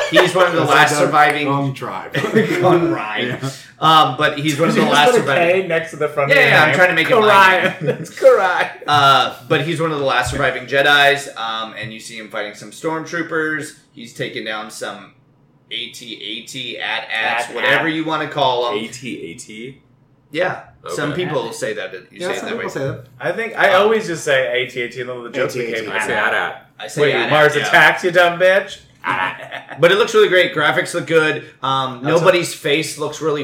Speaker 4: he's one of the
Speaker 2: That's
Speaker 4: last
Speaker 2: like a
Speaker 4: surviving.
Speaker 2: Long drive.
Speaker 4: Karang. Um, but he's one of the
Speaker 1: Just
Speaker 4: last
Speaker 1: put a K
Speaker 4: surviving.
Speaker 1: next to the front.
Speaker 4: Yeah,
Speaker 1: of your
Speaker 4: yeah. I'm
Speaker 1: name.
Speaker 4: trying to make it.
Speaker 1: Karai.
Speaker 4: mine.
Speaker 1: it's Karai.
Speaker 4: Uh, but he's one of the last surviving Jedi's, um, and you see him fighting some stormtroopers. He's taking down some AT, AT, at, ats,
Speaker 1: At-at.
Speaker 4: whatever you want to call them.
Speaker 3: AT-AT?
Speaker 4: Yeah, some
Speaker 3: Okay.
Speaker 4: people say that. You
Speaker 2: Yeah,
Speaker 4: say it
Speaker 2: some
Speaker 4: that way.
Speaker 2: people say that.
Speaker 1: I think I
Speaker 4: Um,
Speaker 1: always just say AT-AT and then the joke
Speaker 2: AT-AT.
Speaker 1: became
Speaker 3: I say AT-AT.
Speaker 4: I say
Speaker 1: Wait,
Speaker 4: at-at,
Speaker 1: Mars
Speaker 4: yeah.
Speaker 1: attacks you, dumb bitch.
Speaker 4: But it looks really great. Graphics look good. Um, nobody's face looks really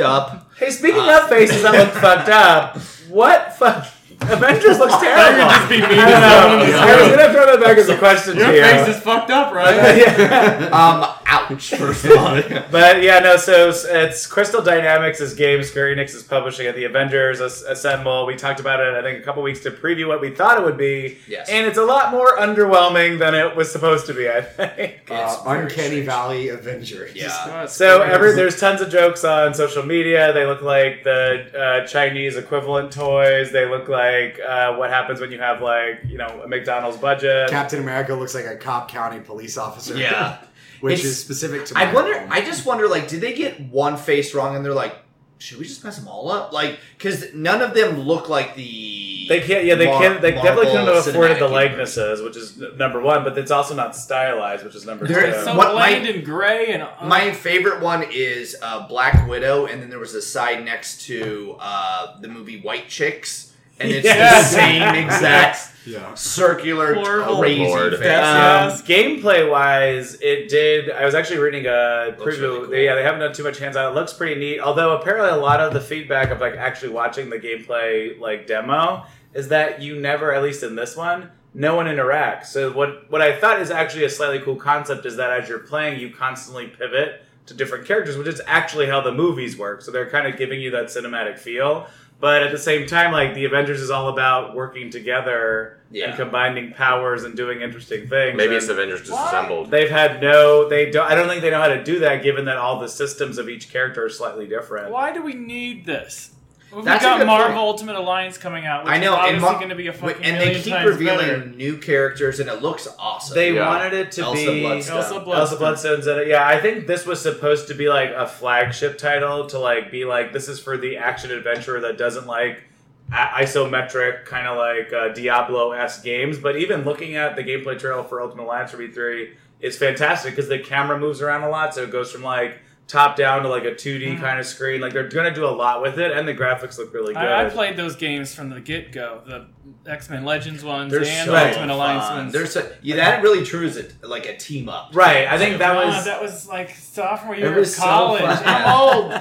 Speaker 4: up.
Speaker 1: Hey, speaking
Speaker 4: Uh,
Speaker 1: of faces that look fucked up, what fuck? Avengers looks terrible.
Speaker 5: just be mean to
Speaker 1: I, don't know.
Speaker 5: someone in this
Speaker 1: I was
Speaker 5: room.
Speaker 1: gonna throw that back as a question
Speaker 5: Your
Speaker 1: to you.
Speaker 5: face is fucked up, right?
Speaker 1: yeah.
Speaker 4: Um, ouch. First of all,
Speaker 1: But yeah, no. So it's- it's Crystal Dynamics is game Square Enix is publishing it. The Avengers As- Assemble. We talked about it, I think, a couple weeks to preview what we thought it would be.
Speaker 4: Yes.
Speaker 1: And it's a lot more underwhelming than it was supposed to be. I think.
Speaker 2: Uh,
Speaker 4: very
Speaker 2: Uncanny
Speaker 4: strange.
Speaker 2: Valley Avengers.
Speaker 4: Yeah.
Speaker 1: So every there's tons of jokes on social media. They look like the uh, Chinese equivalent toys. They look like uh, what happens when you have like you know a McDonald's budget.
Speaker 2: Captain America looks like a Cobb County police officer.
Speaker 4: Yeah.
Speaker 2: Which
Speaker 4: It's-
Speaker 2: is specific to my
Speaker 4: I wonder.
Speaker 2: home.
Speaker 4: I just wonder. Like, did they get one face wrong, and they're like, should we just mess them all up? Like, because none of them look like the.
Speaker 1: They can't. Yeah, they
Speaker 4: Mar-
Speaker 1: can't. They definitely couldn't
Speaker 4: Marvel
Speaker 1: have afforded the
Speaker 4: cinematic universe.
Speaker 1: likenesses, which is n- number one. But it's also not stylized, which is number
Speaker 4: There-
Speaker 1: two.
Speaker 5: It's so
Speaker 4: What
Speaker 5: bland
Speaker 4: my-
Speaker 5: and gray and uh,
Speaker 4: My favorite one is uh, Black Widow, and then there was a side next to uh, the movie White Chicks, and it's
Speaker 5: Yes.
Speaker 4: the same exact
Speaker 2: Yeah.
Speaker 4: circular
Speaker 5: Horrible
Speaker 4: crazy
Speaker 3: Lord.
Speaker 4: face.
Speaker 5: That's-
Speaker 1: Um, gameplay wise, it did. I was actually reading a
Speaker 4: Looks
Speaker 1: preview.
Speaker 4: really cool.
Speaker 1: Yeah, they haven't done too much hands on. It looks pretty neat. Although apparently a lot of the feedback of like actually watching the gameplay like demo is that you never, at least in this one, no one interacts. So what what I thought is actually a slightly cool concept is that as you're playing, you constantly pivot to different characters, which is actually how the movies work. So they're kind of giving you that cinematic feel. But at the same time, like the Avengers is all about working together
Speaker 4: Yeah.
Speaker 1: and combining powers and doing interesting things.
Speaker 3: Maybe
Speaker 1: and-
Speaker 3: it's Avengers Disassembled.
Speaker 1: They've had no. They don't. I don't think they know how to do that, given that all the systems of each character are slightly different.
Speaker 5: Why do we need this? We've
Speaker 4: That's a
Speaker 5: got
Speaker 4: good
Speaker 5: Marvel
Speaker 4: point.
Speaker 5: Ultimate Alliance coming out, which
Speaker 4: I know,
Speaker 5: is
Speaker 4: and
Speaker 5: obviously
Speaker 4: Mar-
Speaker 5: going to be a
Speaker 4: Wait,
Speaker 5: fucking
Speaker 4: and they
Speaker 5: million
Speaker 4: keep
Speaker 5: times
Speaker 4: revealing
Speaker 5: better.
Speaker 4: new characters, and it looks awesome.
Speaker 1: They
Speaker 3: Yeah.
Speaker 1: wanted it to
Speaker 4: Elsa
Speaker 1: be
Speaker 4: Bloodstone.
Speaker 5: Elsa
Speaker 1: Elsa
Speaker 5: Bloodstone.
Speaker 1: Bloodstone's in it. Yeah, I think this was supposed to be like a flagship title to like be like this is for the action adventurer that doesn't like a- isometric kind of like uh, Diablo esque games. But even looking at the gameplay trail for Ultimate Alliance for V3 is fantastic because the camera moves around a lot, so it goes from like top down to like a 2D
Speaker 5: Mm-hmm.
Speaker 1: kind of screen. Like they're gonna do a lot with it, and the graphics look really good.
Speaker 5: I, I played those games from the get go, the X Men Legends ones
Speaker 4: They're
Speaker 5: and
Speaker 4: so
Speaker 5: the Ultimate
Speaker 4: fun.
Speaker 5: Alliance ones.
Speaker 4: They're so, yeah, that really true is a, like a team up.
Speaker 1: Right, I think that
Speaker 5: Ah,
Speaker 1: was
Speaker 5: that was like sophomore
Speaker 4: It
Speaker 5: year
Speaker 4: was
Speaker 5: of
Speaker 4: so
Speaker 5: college.
Speaker 4: fun.
Speaker 5: I'm old.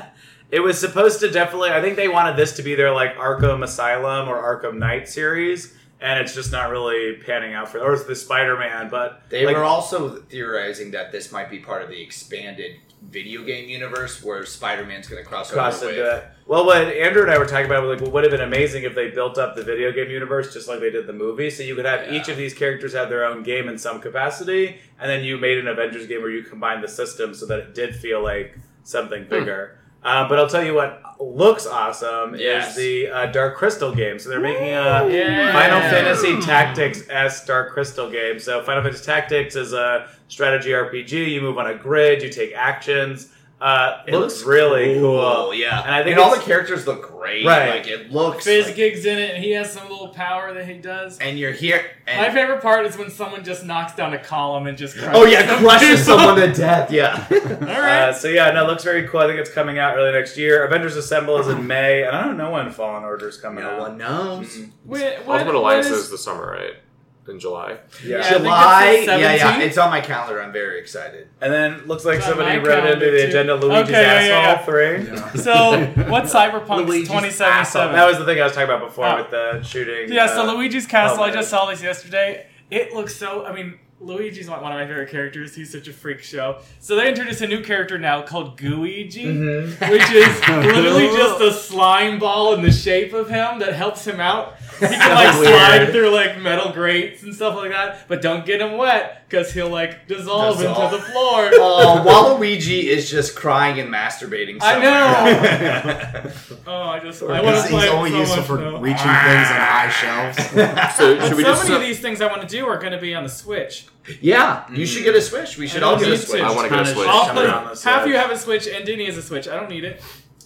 Speaker 1: It was supposed to definitely. I think they wanted this to be their like Arkham Asylum or Arkham Knight series, and it's just not really panning out for. Or it's the Spider Man, but
Speaker 4: They
Speaker 1: like,
Speaker 4: were also theorizing that this might be part of the expanded video game universe where Spider Man's going to cross,
Speaker 1: crossed
Speaker 4: over.
Speaker 1: into
Speaker 4: with-
Speaker 1: it. Well, what Andrew and I were talking about was like, what would have been amazing if they built up the video game universe just like they did the movie, so you could have each
Speaker 4: Yeah.
Speaker 1: of these characters have their own game in some capacity, and then you made an Avengers game where you combined the systems so that it did feel like
Speaker 4: Hmm.
Speaker 1: something bigger. Uh, but I'll tell you what looks awesome
Speaker 4: Yes.
Speaker 1: is the uh, Dark Crystal game. So they're making a
Speaker 5: Yeah.
Speaker 1: Final Fantasy Tactics S Dark Crystal game. So Final Fantasy Tactics is a strategy RPG. You move on a grid, you take actions. Uh, it looks, really cool.
Speaker 4: Yeah,
Speaker 1: And I think
Speaker 4: all the
Speaker 1: it's-
Speaker 4: characters look great.
Speaker 1: Right.
Speaker 4: Like it looks.
Speaker 5: Fizz
Speaker 4: like-
Speaker 5: gigs in it, and he has some little power that he does.
Speaker 4: and you're here.
Speaker 5: My
Speaker 4: And,
Speaker 5: favorite part is when someone just knocks down a column and just crushes
Speaker 4: oh yeah,
Speaker 5: them.
Speaker 4: crushes someone to death. Yeah.
Speaker 5: All right.
Speaker 1: Uh, so yeah, no, it looks very cool. I think it's coming out early next year. Avengers Assemble is in May, and I don't know when Fallen Order is coming
Speaker 4: no
Speaker 1: out.
Speaker 4: one knows.
Speaker 5: Mm-hmm. Wait, what-
Speaker 3: Ultimate
Speaker 5: what
Speaker 3: Alliance
Speaker 5: is-
Speaker 3: is the summer, right? In July.
Speaker 1: Yeah.
Speaker 5: I think it's the
Speaker 4: July. Yeah, yeah.
Speaker 5: 17th.
Speaker 4: It's on my calendar. I'm very excited.
Speaker 1: And then looks like
Speaker 5: It's on
Speaker 1: somebody
Speaker 5: my
Speaker 1: wrote into
Speaker 5: calendar,
Speaker 1: the
Speaker 5: too.
Speaker 1: agenda Luigi's
Speaker 5: Okay, yeah, yeah,
Speaker 1: asshole three.
Speaker 5: So what's Cyberpunk's
Speaker 2: Luigi's
Speaker 5: twenty seventy
Speaker 1: Asshole.
Speaker 5: seven?
Speaker 1: That was the thing I was talking about before
Speaker 5: Oh.
Speaker 1: with the shooting.
Speaker 5: yeah. So
Speaker 1: uh,
Speaker 5: Luigi's Castle. I
Speaker 1: oh,
Speaker 5: just saw this yesterday. It looks so. I mean, Luigi's one of my favorite characters. He's such a freak show. So they introduced a new character now called Gooigi,
Speaker 4: Mm-hmm.
Speaker 2: Mm-hmm.
Speaker 5: which is literally just a slime ball in the shape of him that helps him out. He can like
Speaker 2: Weird.
Speaker 5: slide through like metal grates and stuff like that, but don't get him wet because he'll like dissolve,
Speaker 4: Dissolve.
Speaker 5: into the floor.
Speaker 4: Oh, Waluigi is just crying and masturbating.
Speaker 5: I
Speaker 4: somewhere.
Speaker 5: know. oh, I just I want
Speaker 2: Because
Speaker 5: to play
Speaker 2: he's
Speaker 5: it
Speaker 2: only
Speaker 5: so
Speaker 2: useful
Speaker 5: much,
Speaker 2: for
Speaker 5: though.
Speaker 2: reaching things
Speaker 4: Ah.
Speaker 2: on high shelves.
Speaker 3: So
Speaker 5: But
Speaker 3: should
Speaker 5: so
Speaker 3: we
Speaker 5: many
Speaker 3: just?
Speaker 5: of these things I want to do are going to be on the Switch.
Speaker 4: Yeah, you should get a Switch. We should all get a
Speaker 5: need
Speaker 4: Switch.
Speaker 5: to.
Speaker 3: I want to get a Switch.
Speaker 5: I'll
Speaker 1: coming
Speaker 5: put-
Speaker 1: on the Switch.
Speaker 5: half you have a Switch and Denny has a Switch. I don't need it.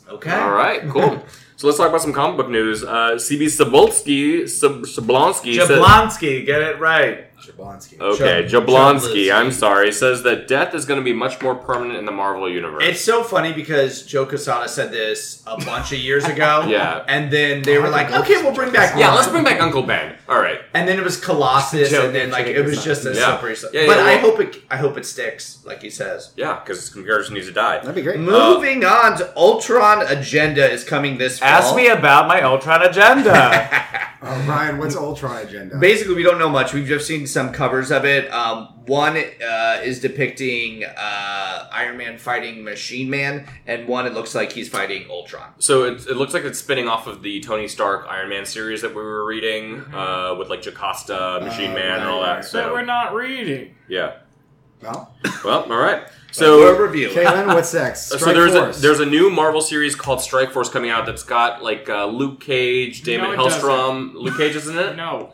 Speaker 4: Okay.
Speaker 3: All right, cool. So let's talk about some comic book news. Uh, CB Sabolsky, Sub- Sablonsky said-
Speaker 1: Jablonski, get it right.
Speaker 2: Jablonski.
Speaker 4: Oh.
Speaker 3: Okay,
Speaker 4: Jab-
Speaker 3: Jablonski,
Speaker 4: Jablonski.
Speaker 3: I'm sorry, says that death is going to be much more permanent in the Marvel universe.
Speaker 4: It's so funny because Joe Quesada said this a bunch of years ago.
Speaker 3: Yeah.
Speaker 4: And then they were like, okay, we'll bring back
Speaker 3: yeah,
Speaker 4: Ron."
Speaker 3: let's bring back Uncle Ben. All right.
Speaker 4: And then it was Colossus,
Speaker 1: Joe
Speaker 4: and then like it was just a
Speaker 3: Yeah.
Speaker 4: slippery. sli-
Speaker 3: Yeah, yeah,
Speaker 4: but I
Speaker 3: well-
Speaker 4: hope it. I hope it sticks, like he says.
Speaker 3: Yeah, because comparison needs to die.
Speaker 2: That'd be great.
Speaker 4: Moving on to Ultron Agenda is coming this fall.
Speaker 1: Ask me about my Ultron agenda.
Speaker 2: Oh, Ryan, what's Ultron agenda?
Speaker 4: Basically, we don't know much. We've just seen some covers of it. Um, one uh, is depicting uh, Iron Man fighting Machine Man, and one it looks like he's fighting Ultron.
Speaker 3: So it, it looks like it's spinning off of the Tony Stark Iron Man series that we were reading uh, with like Jocasta, Machine
Speaker 2: Oh,
Speaker 3: Man, and all
Speaker 2: right,
Speaker 3: that.
Speaker 2: right.
Speaker 5: But we're
Speaker 3: So
Speaker 5: not reading.
Speaker 3: yeah.
Speaker 2: well,
Speaker 3: Well, all right.
Speaker 4: We're
Speaker 3: So
Speaker 4: reviewing.
Speaker 2: Kaylin, what's next?
Speaker 3: Uh, so
Speaker 2: Strike
Speaker 3: there's
Speaker 2: Force.
Speaker 3: a, there's a new Marvel series called Strike Force coming out that's got like uh, Luke Cage, Damon
Speaker 5: it
Speaker 3: Hellstrom. Luke Cage isn't it?
Speaker 5: No.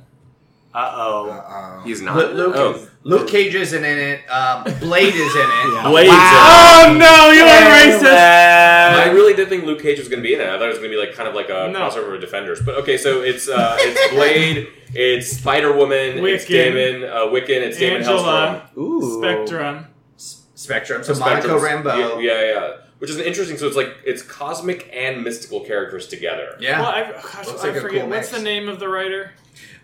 Speaker 1: uh oh.
Speaker 2: Uh-oh.
Speaker 3: He's
Speaker 4: Lu-
Speaker 3: not.
Speaker 4: Luke,
Speaker 3: oh.
Speaker 4: Luke Cage isn't in it. Um, Blade is in it.
Speaker 2: Yeah.
Speaker 3: Blades.
Speaker 1: uh,
Speaker 5: Oh no, you are racist.
Speaker 3: I really did think Luke Cage was going to be in it. I thought it was going to be like kind of like a
Speaker 5: No.
Speaker 3: crossover of Defenders. But okay, so it's uh, it's Blade, it's Spider Woman, it's
Speaker 5: Wiccan.
Speaker 3: Damon uh, Wiccan, it's Damon
Speaker 5: Angela.
Speaker 3: Hellstrom,
Speaker 1: Ooh.
Speaker 5: Spectrum.
Speaker 4: Spectrum. So
Speaker 3: Spectrum's-
Speaker 4: Monica Rambeau.
Speaker 3: Yeah, yeah, yeah. Which is interesting. So it's like it's cosmic and mystical characters together.
Speaker 4: Yeah.
Speaker 5: Well, I, oh, gosh,
Speaker 4: Looks
Speaker 5: I
Speaker 4: like a
Speaker 5: forget
Speaker 4: cool
Speaker 5: what's
Speaker 4: mix.
Speaker 5: the name of the writer.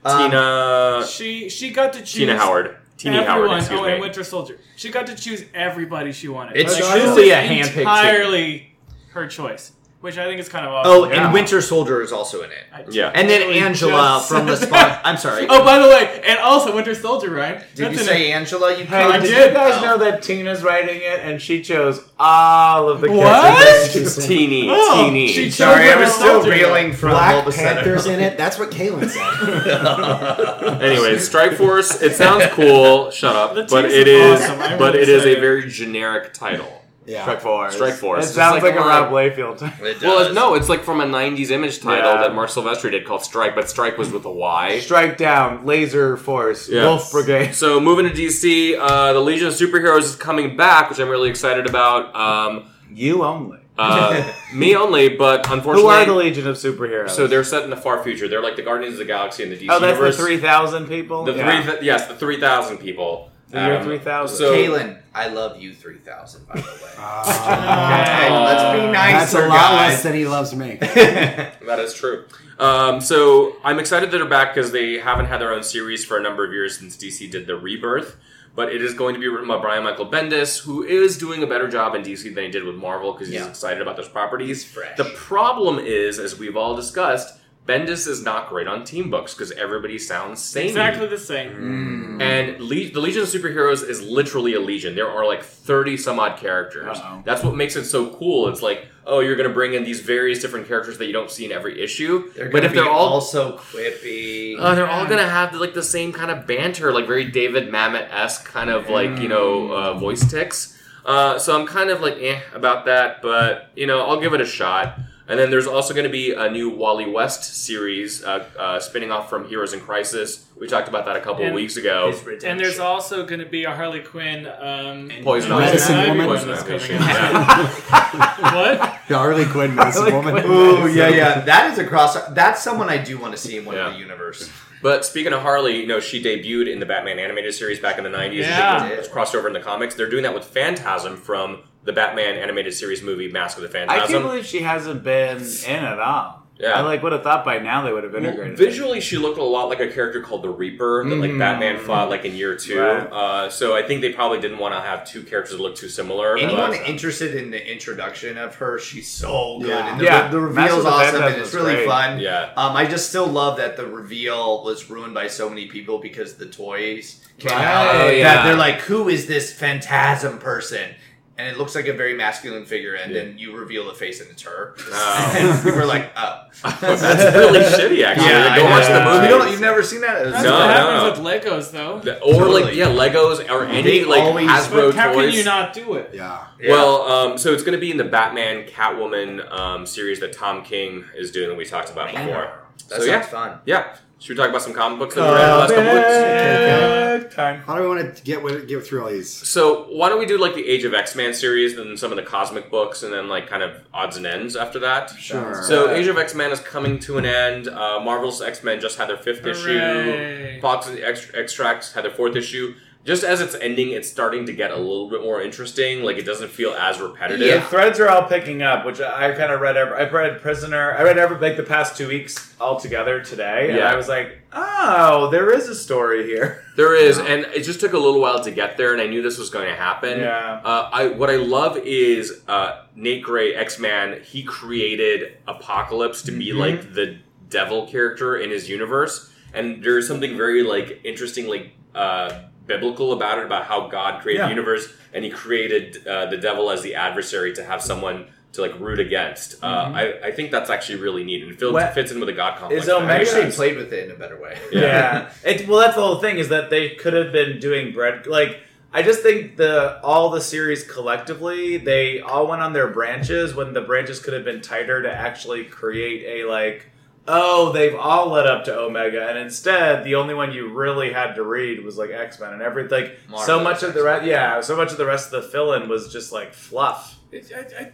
Speaker 4: Um,
Speaker 3: Tina
Speaker 5: She she got to choose
Speaker 3: Tina Howard. Tina
Speaker 5: everyone.
Speaker 3: Howard. Excuse
Speaker 5: oh, and
Speaker 3: me.
Speaker 5: Winter Soldier. She got to choose everybody she wanted.
Speaker 4: It's
Speaker 5: Like,
Speaker 4: truly
Speaker 5: this
Speaker 4: a
Speaker 5: is
Speaker 4: handpicked team.
Speaker 5: entirely her choice, which I think is kind of awesome.
Speaker 4: Oh,
Speaker 2: Yeah.
Speaker 4: and Winter Soldier is also in it.
Speaker 5: I
Speaker 3: Yeah.
Speaker 4: And then
Speaker 5: totally
Speaker 4: Angela
Speaker 5: just
Speaker 4: from the
Speaker 5: said
Speaker 4: Spawn.
Speaker 5: that.
Speaker 4: I'm sorry.
Speaker 5: Oh, by the way, and also Winter Soldier, right?
Speaker 4: Did you
Speaker 5: That's in it.
Speaker 4: say Angela? You
Speaker 1: Hey,
Speaker 4: cocked-
Speaker 1: did you guys
Speaker 4: Oh.
Speaker 1: know that Tina's writing it and she chose all of the
Speaker 5: What?
Speaker 1: characters?
Speaker 3: It's Teeny.
Speaker 5: Oh,
Speaker 3: teeny.
Speaker 5: she chose
Speaker 4: Sorry, I
Speaker 5: Winter
Speaker 4: was still
Speaker 5: Soldier.
Speaker 4: reeling from
Speaker 2: Black
Speaker 4: Bulbasaur.
Speaker 2: Panther's in it. That's what Kaylin said.
Speaker 3: Anyways, Strike Force. It sounds cool. Shut
Speaker 5: The
Speaker 3: up. But
Speaker 5: teaser's
Speaker 3: it is.
Speaker 5: awesome. I'm
Speaker 3: But
Speaker 5: really
Speaker 3: it is a
Speaker 5: excited.
Speaker 3: very generic title.
Speaker 2: Yeah.
Speaker 1: Strike Force.
Speaker 3: Strike Force.
Speaker 1: It
Speaker 3: It's
Speaker 1: sounds
Speaker 3: like
Speaker 1: like,
Speaker 3: a
Speaker 1: a Rob
Speaker 3: lot-
Speaker 1: Layfield.
Speaker 4: It
Speaker 3: Well,
Speaker 4: does.
Speaker 3: it's, no, it's like from a '90s image title
Speaker 1: Yeah.
Speaker 3: that Mark Silvestri did called Strike, but Strike was with a Y.
Speaker 1: Strike Down, Laser Force,
Speaker 3: Yeah.
Speaker 1: Wolf Brigade.
Speaker 3: So moving to DC, uh, the Legion of Superheroes is coming back, which I'm really excited about. Um,
Speaker 1: You only.
Speaker 3: Uh, me only, but
Speaker 1: Who
Speaker 3: unfortunately,
Speaker 1: are the Legion of Superheroes?
Speaker 3: so they're set in the far future. They're like the Guardians of the Galaxy in the DC
Speaker 1: oh, that's
Speaker 3: universe.
Speaker 1: the three thousand people.
Speaker 3: The
Speaker 1: Yeah.
Speaker 3: three, th- yes, the three thousand people.
Speaker 1: The year
Speaker 3: Um,
Speaker 1: 3000.
Speaker 3: So
Speaker 4: Kaylin, I love you 3000, by the way.
Speaker 2: Ah,
Speaker 4: Okay, let's be
Speaker 2: that's a
Speaker 4: nicer,
Speaker 2: lot less
Speaker 4: guys.
Speaker 2: than he loves me.
Speaker 3: that is true. Um, so I'm excited that they're back because they haven't had their own series for a number of years since DC did the Rebirth. But it is going to be written by Brian Michael Bendis, who is doing a better job in DC than he did with Marvel because he's
Speaker 4: Yeah.
Speaker 3: excited about those properties.
Speaker 4: He's fresh.
Speaker 3: The problem is, as we've all discussed, Bendis is not great on team books because everybody sounds same.
Speaker 5: Exactly the same.
Speaker 3: And Le- the Legion of Superheroes is literally a legion. There are like 30 some odd characters.
Speaker 1: Uh-oh.
Speaker 3: That's what makes it so cool. It's like, oh, you're going to bring in these various different characters that you don't see in every issue.
Speaker 4: They're
Speaker 3: but
Speaker 4: gonna
Speaker 3: if they're
Speaker 4: be
Speaker 3: all
Speaker 4: also quippy.
Speaker 3: uh, they're all going to have like the same kind of banter, like very David Mamet-esque kind of like, you know, uh, voice ticks. Uh, so I'm kind of like eh about that, but you know, I'll give it a shot. And then there's also going to be a new Wally West series uh, uh, spinning off from Heroes in Crisis. We talked about that a couple
Speaker 5: And
Speaker 3: of weeks ago.
Speaker 5: And there's also going to be a Harley Quinn. Um,
Speaker 3: Poison
Speaker 5: Medicine
Speaker 2: Medicine
Speaker 5: Ivy
Speaker 2: Woman.
Speaker 5: one
Speaker 3: Poison
Speaker 5: that's
Speaker 3: Ivy,
Speaker 5: coming
Speaker 3: shit,
Speaker 5: out.
Speaker 3: yeah.
Speaker 5: What?
Speaker 2: The Harley Quinn medicine woman.
Speaker 4: Ooh, Oh, yeah, yeah. That is a cross. That's someone I do want to see in one
Speaker 3: Yeah.
Speaker 4: of the universe.
Speaker 3: But speaking of Harley, you know, she debuted in the Batman animated series back in the 90s.
Speaker 5: Yeah.
Speaker 3: It's crossed over in the comics. They're doing that with Phantasm from the Batman animated series movie Mask of the
Speaker 1: I can't
Speaker 3: Phantasm.
Speaker 1: believe she hasn't been in at all.
Speaker 3: Yeah.
Speaker 1: I like would have thought by now they would have
Speaker 3: Well,
Speaker 1: integrated. it.
Speaker 3: visually, she looked a lot like a character called the Reaper that
Speaker 4: Mm.
Speaker 3: like Batman fought like in year two.
Speaker 1: Right.
Speaker 3: Uh, so I think they probably didn't want to have two characters that look too similar.
Speaker 4: Anyone
Speaker 3: but-
Speaker 4: interested in the introduction of her? She's so good.
Speaker 2: Yeah.
Speaker 4: And the,
Speaker 1: Yeah. Master
Speaker 4: the reveal
Speaker 1: of
Speaker 4: is
Speaker 1: the
Speaker 4: awesome, and
Speaker 1: Phantasm
Speaker 4: it's
Speaker 1: was
Speaker 4: really
Speaker 1: great.
Speaker 4: fun.
Speaker 3: Yeah.
Speaker 4: Um, I just still love that the reveal was ruined by so many people because the toys came
Speaker 1: Right.
Speaker 4: out.
Speaker 1: Oh,
Speaker 4: that
Speaker 1: yeah.
Speaker 4: they're like, "Who is this phantasm person?" And it looks like a very masculine figure, and
Speaker 3: Yeah.
Speaker 4: then you reveal the face, and it's her.
Speaker 3: Oh.
Speaker 4: and we were like, "Oh,
Speaker 3: that's really shitty, actually.
Speaker 4: Yeah,
Speaker 3: Go
Speaker 4: I
Speaker 3: watch
Speaker 4: know.
Speaker 3: the
Speaker 4: You
Speaker 3: movie.
Speaker 4: don't, you've never seen that? It was
Speaker 5: That's
Speaker 3: No,
Speaker 5: what
Speaker 3: no,
Speaker 5: happens with Legos, though.
Speaker 3: The- or like
Speaker 4: Totally.
Speaker 3: yeah, Legos or any
Speaker 4: They
Speaker 3: like
Speaker 4: always-
Speaker 3: Hasbro
Speaker 5: But how
Speaker 3: toys.
Speaker 5: can you not do it?
Speaker 2: Yeah.
Speaker 4: Yeah.
Speaker 3: Well, um, so it's going to be in the Batman Catwoman um, series that Tom King is doing that we talked about
Speaker 4: Man.
Speaker 3: before.
Speaker 4: that
Speaker 3: so
Speaker 4: sounds
Speaker 3: yeah,
Speaker 4: fun.
Speaker 3: yeah. Should we talk about some comic books that we read in the last couple weeks?
Speaker 1: Big time.
Speaker 2: How do we want to get with, get through all these?
Speaker 3: So why don't we do like the Age of X Men series, then some of the cosmic books, and then like kind of odds and ends after that.
Speaker 2: Sure.
Speaker 3: So Age of X Men is coming to an end. Uh, Marvel's X Men just had their fifth
Speaker 5: Hooray.
Speaker 3: issue. Fox and Ex- Extracts had their fourth issue. Just as it's ending, it's starting to get a little bit more interesting. Like it doesn't feel as repetitive.
Speaker 4: Yeah.
Speaker 1: The threads are all picking up, which I kind of read. Every, I read Prisoner. I read every like the past two weeks altogether today, and
Speaker 3: Yeah.
Speaker 1: I was like, oh, there is a story here.
Speaker 3: There is, and it just took a little while to get there, and I knew this was going to happen.
Speaker 1: Yeah.
Speaker 3: Uh, I what I love is uh, Nate Gray, X Man. He created Apocalypse to
Speaker 1: Mm-hmm.
Speaker 3: be like the devil character in his universe, and there's something very like interesting, like uh, biblical about it, about how God created
Speaker 1: Yeah.
Speaker 3: the universe, and he created uh, the devil as the adversary to have someone. To like root against, uh, I, I think that's actually really neat, and it fits,
Speaker 1: Mm-hmm. What-
Speaker 3: fits in with the God complex.
Speaker 1: Is
Speaker 3: that
Speaker 1: Omega-
Speaker 4: I
Speaker 3: makes
Speaker 4: actually
Speaker 3: sense.
Speaker 4: played with it in a better way.
Speaker 3: Yeah.
Speaker 1: It, well, that's the whole thing is that they could have been doing bread. Like, I just think the all the series collectively, they all went on their branches when the branches could have been tighter to actually create a like. Oh, they've all led up to Omega, and instead, the only one you really had to read was like X Men, and every like so
Speaker 4: Marvel's
Speaker 1: much of the re- yeah, so much of the rest of the fill-in was just like fluff.
Speaker 5: It- I,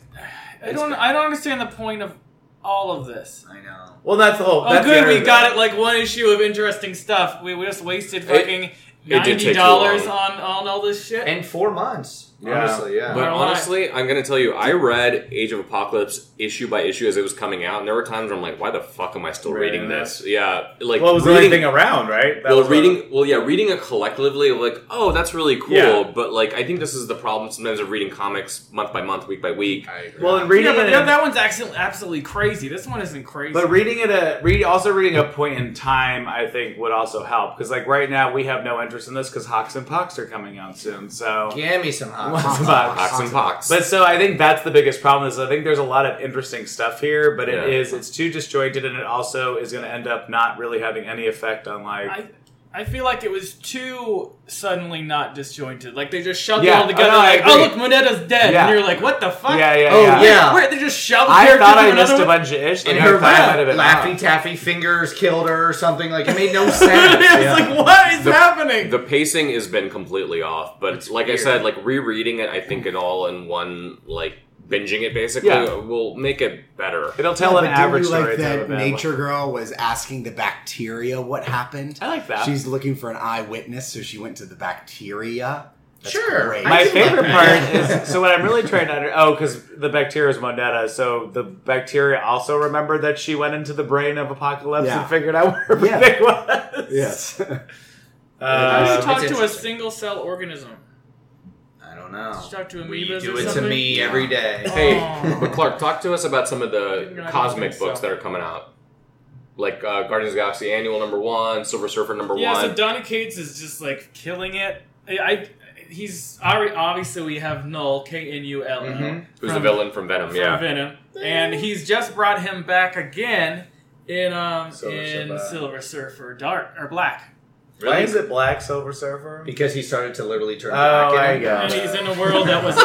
Speaker 5: I, I don't. I don't understand the point of all of this.
Speaker 4: I know.
Speaker 1: Well, that's the whole.
Speaker 5: Oh,
Speaker 1: that's the
Speaker 5: good. We
Speaker 1: other
Speaker 5: got
Speaker 1: thing.
Speaker 5: it like one issue of interesting stuff. We, we just wasted fucking
Speaker 3: it did
Speaker 5: ninety
Speaker 3: take too
Speaker 5: dollars
Speaker 3: long.
Speaker 5: on on all this shit.
Speaker 4: And four months.
Speaker 1: Yeah.
Speaker 4: Honestly, yeah.
Speaker 3: But
Speaker 5: Or why?
Speaker 3: honestly, I'm gonna tell you, I read Age of Apocalypse issue by issue as it was coming out, and there were times where I'm like, "Why the fuck am I still
Speaker 1: Reading
Speaker 3: reading
Speaker 1: this.
Speaker 3: this?" Yeah, like
Speaker 1: Well, it was the only
Speaker 3: reading,
Speaker 1: thing around, right? That
Speaker 3: well,
Speaker 1: was what-
Speaker 3: reading, well, yeah, reading it collectively, like, oh, that's really cool.
Speaker 1: Yeah.
Speaker 3: But like, I think this is the problem sometimes of reading comics month by month, week by week.
Speaker 4: I agree.
Speaker 1: Well, and
Speaker 5: yeah,
Speaker 1: reading
Speaker 5: but
Speaker 1: it
Speaker 5: that-
Speaker 1: in-
Speaker 5: that one's actually absolutely crazy. This one isn't crazy.
Speaker 1: But reading it at read also reading a point in time, I think would also help because like right now we have no interest in this because Hawks and Pox are coming out soon. So
Speaker 4: Give me some hot
Speaker 1: Lots of
Speaker 4: sauce.
Speaker 1: Pox.
Speaker 3: Pox and pox.
Speaker 1: But so I think that's the biggest problem is I think there's a lot of interesting stuff here, but
Speaker 3: Yeah.
Speaker 1: it is it's too disjointed and it also is going to end up not really having any effect on like
Speaker 5: I, I feel like it was too suddenly not disjointed. Like they just shoved it
Speaker 1: Yeah.
Speaker 5: all together.
Speaker 1: Oh, no, I
Speaker 5: like, oh
Speaker 1: agree.
Speaker 5: look, Monetta's dead,
Speaker 1: Yeah.
Speaker 5: and you're like, what the fuck?
Speaker 1: yeah yeah
Speaker 4: Oh,
Speaker 1: yeah.
Speaker 4: yeah.
Speaker 5: Where they just shoved
Speaker 1: I
Speaker 5: characters
Speaker 1: thought
Speaker 5: in
Speaker 1: I
Speaker 5: another
Speaker 1: missed a
Speaker 5: one?
Speaker 1: bunch of ish.
Speaker 4: And
Speaker 1: like, I
Speaker 4: her
Speaker 1: thought it might have been
Speaker 4: laffy
Speaker 1: off.
Speaker 4: taffy fingers killed her or something. Like it made no
Speaker 5: it's
Speaker 4: sense.
Speaker 5: like what is
Speaker 3: The-
Speaker 5: happening?
Speaker 3: The pacing has been completely off, but like I
Speaker 4: weird.
Speaker 3: said, like rereading it, I think it all in one like binging it basically
Speaker 1: Yeah.
Speaker 3: will make it better.
Speaker 1: It'll tell
Speaker 2: Yeah,
Speaker 1: an
Speaker 2: but didn't
Speaker 1: average
Speaker 2: you like
Speaker 1: story to have a
Speaker 2: that
Speaker 1: bad
Speaker 2: nature girl was asking the bacteria what happened.
Speaker 1: I like that.
Speaker 2: She's looking for an eyewitness, so she went to the bacteria. That's
Speaker 4: Sure.
Speaker 2: great.
Speaker 4: I
Speaker 1: My
Speaker 4: do like
Speaker 1: favorite
Speaker 4: that.
Speaker 1: part is so what I'm really trying to under oh because the bacteria is Moneta, so the bacteria also remembered that she went into the brain of Apocalypse
Speaker 2: Yeah.
Speaker 1: and figured out where
Speaker 2: Yeah.
Speaker 1: everything was.
Speaker 2: yes.
Speaker 5: How do
Speaker 1: Uh,
Speaker 5: you talk to a
Speaker 4: interesting.
Speaker 5: single cell organism?
Speaker 4: I don't know.
Speaker 5: Just talk to
Speaker 4: we
Speaker 5: amoebas
Speaker 4: do
Speaker 5: or
Speaker 4: it to
Speaker 5: something?
Speaker 4: me every day.
Speaker 3: Hey,
Speaker 5: Aw.
Speaker 3: but Clark, talk to us about some of
Speaker 5: No,
Speaker 3: the
Speaker 5: I don't
Speaker 3: cosmic
Speaker 5: think so.
Speaker 3: books that are coming out, like uh, Guardians of the Galaxy Annual Number One, Silver Surfer Number
Speaker 5: Yeah,
Speaker 3: One.
Speaker 5: so Donna Cates is just like killing it. I, I he's alre- obviously we have Null K N U L L
Speaker 4: Mhm.
Speaker 3: Who's the villain from Venom?
Speaker 5: from
Speaker 3: yeah,
Speaker 5: Venom, and he's just brought him back again in um
Speaker 4: Silver
Speaker 5: in
Speaker 4: Surfer.
Speaker 5: Silver Surfer Dark or Black,
Speaker 1: why is it Black Silver Surfer?
Speaker 4: Because he started to literally turn
Speaker 1: Oh,
Speaker 4: black.
Speaker 1: I
Speaker 4: and-
Speaker 1: got
Speaker 5: and
Speaker 1: it.
Speaker 5: he's in a world that was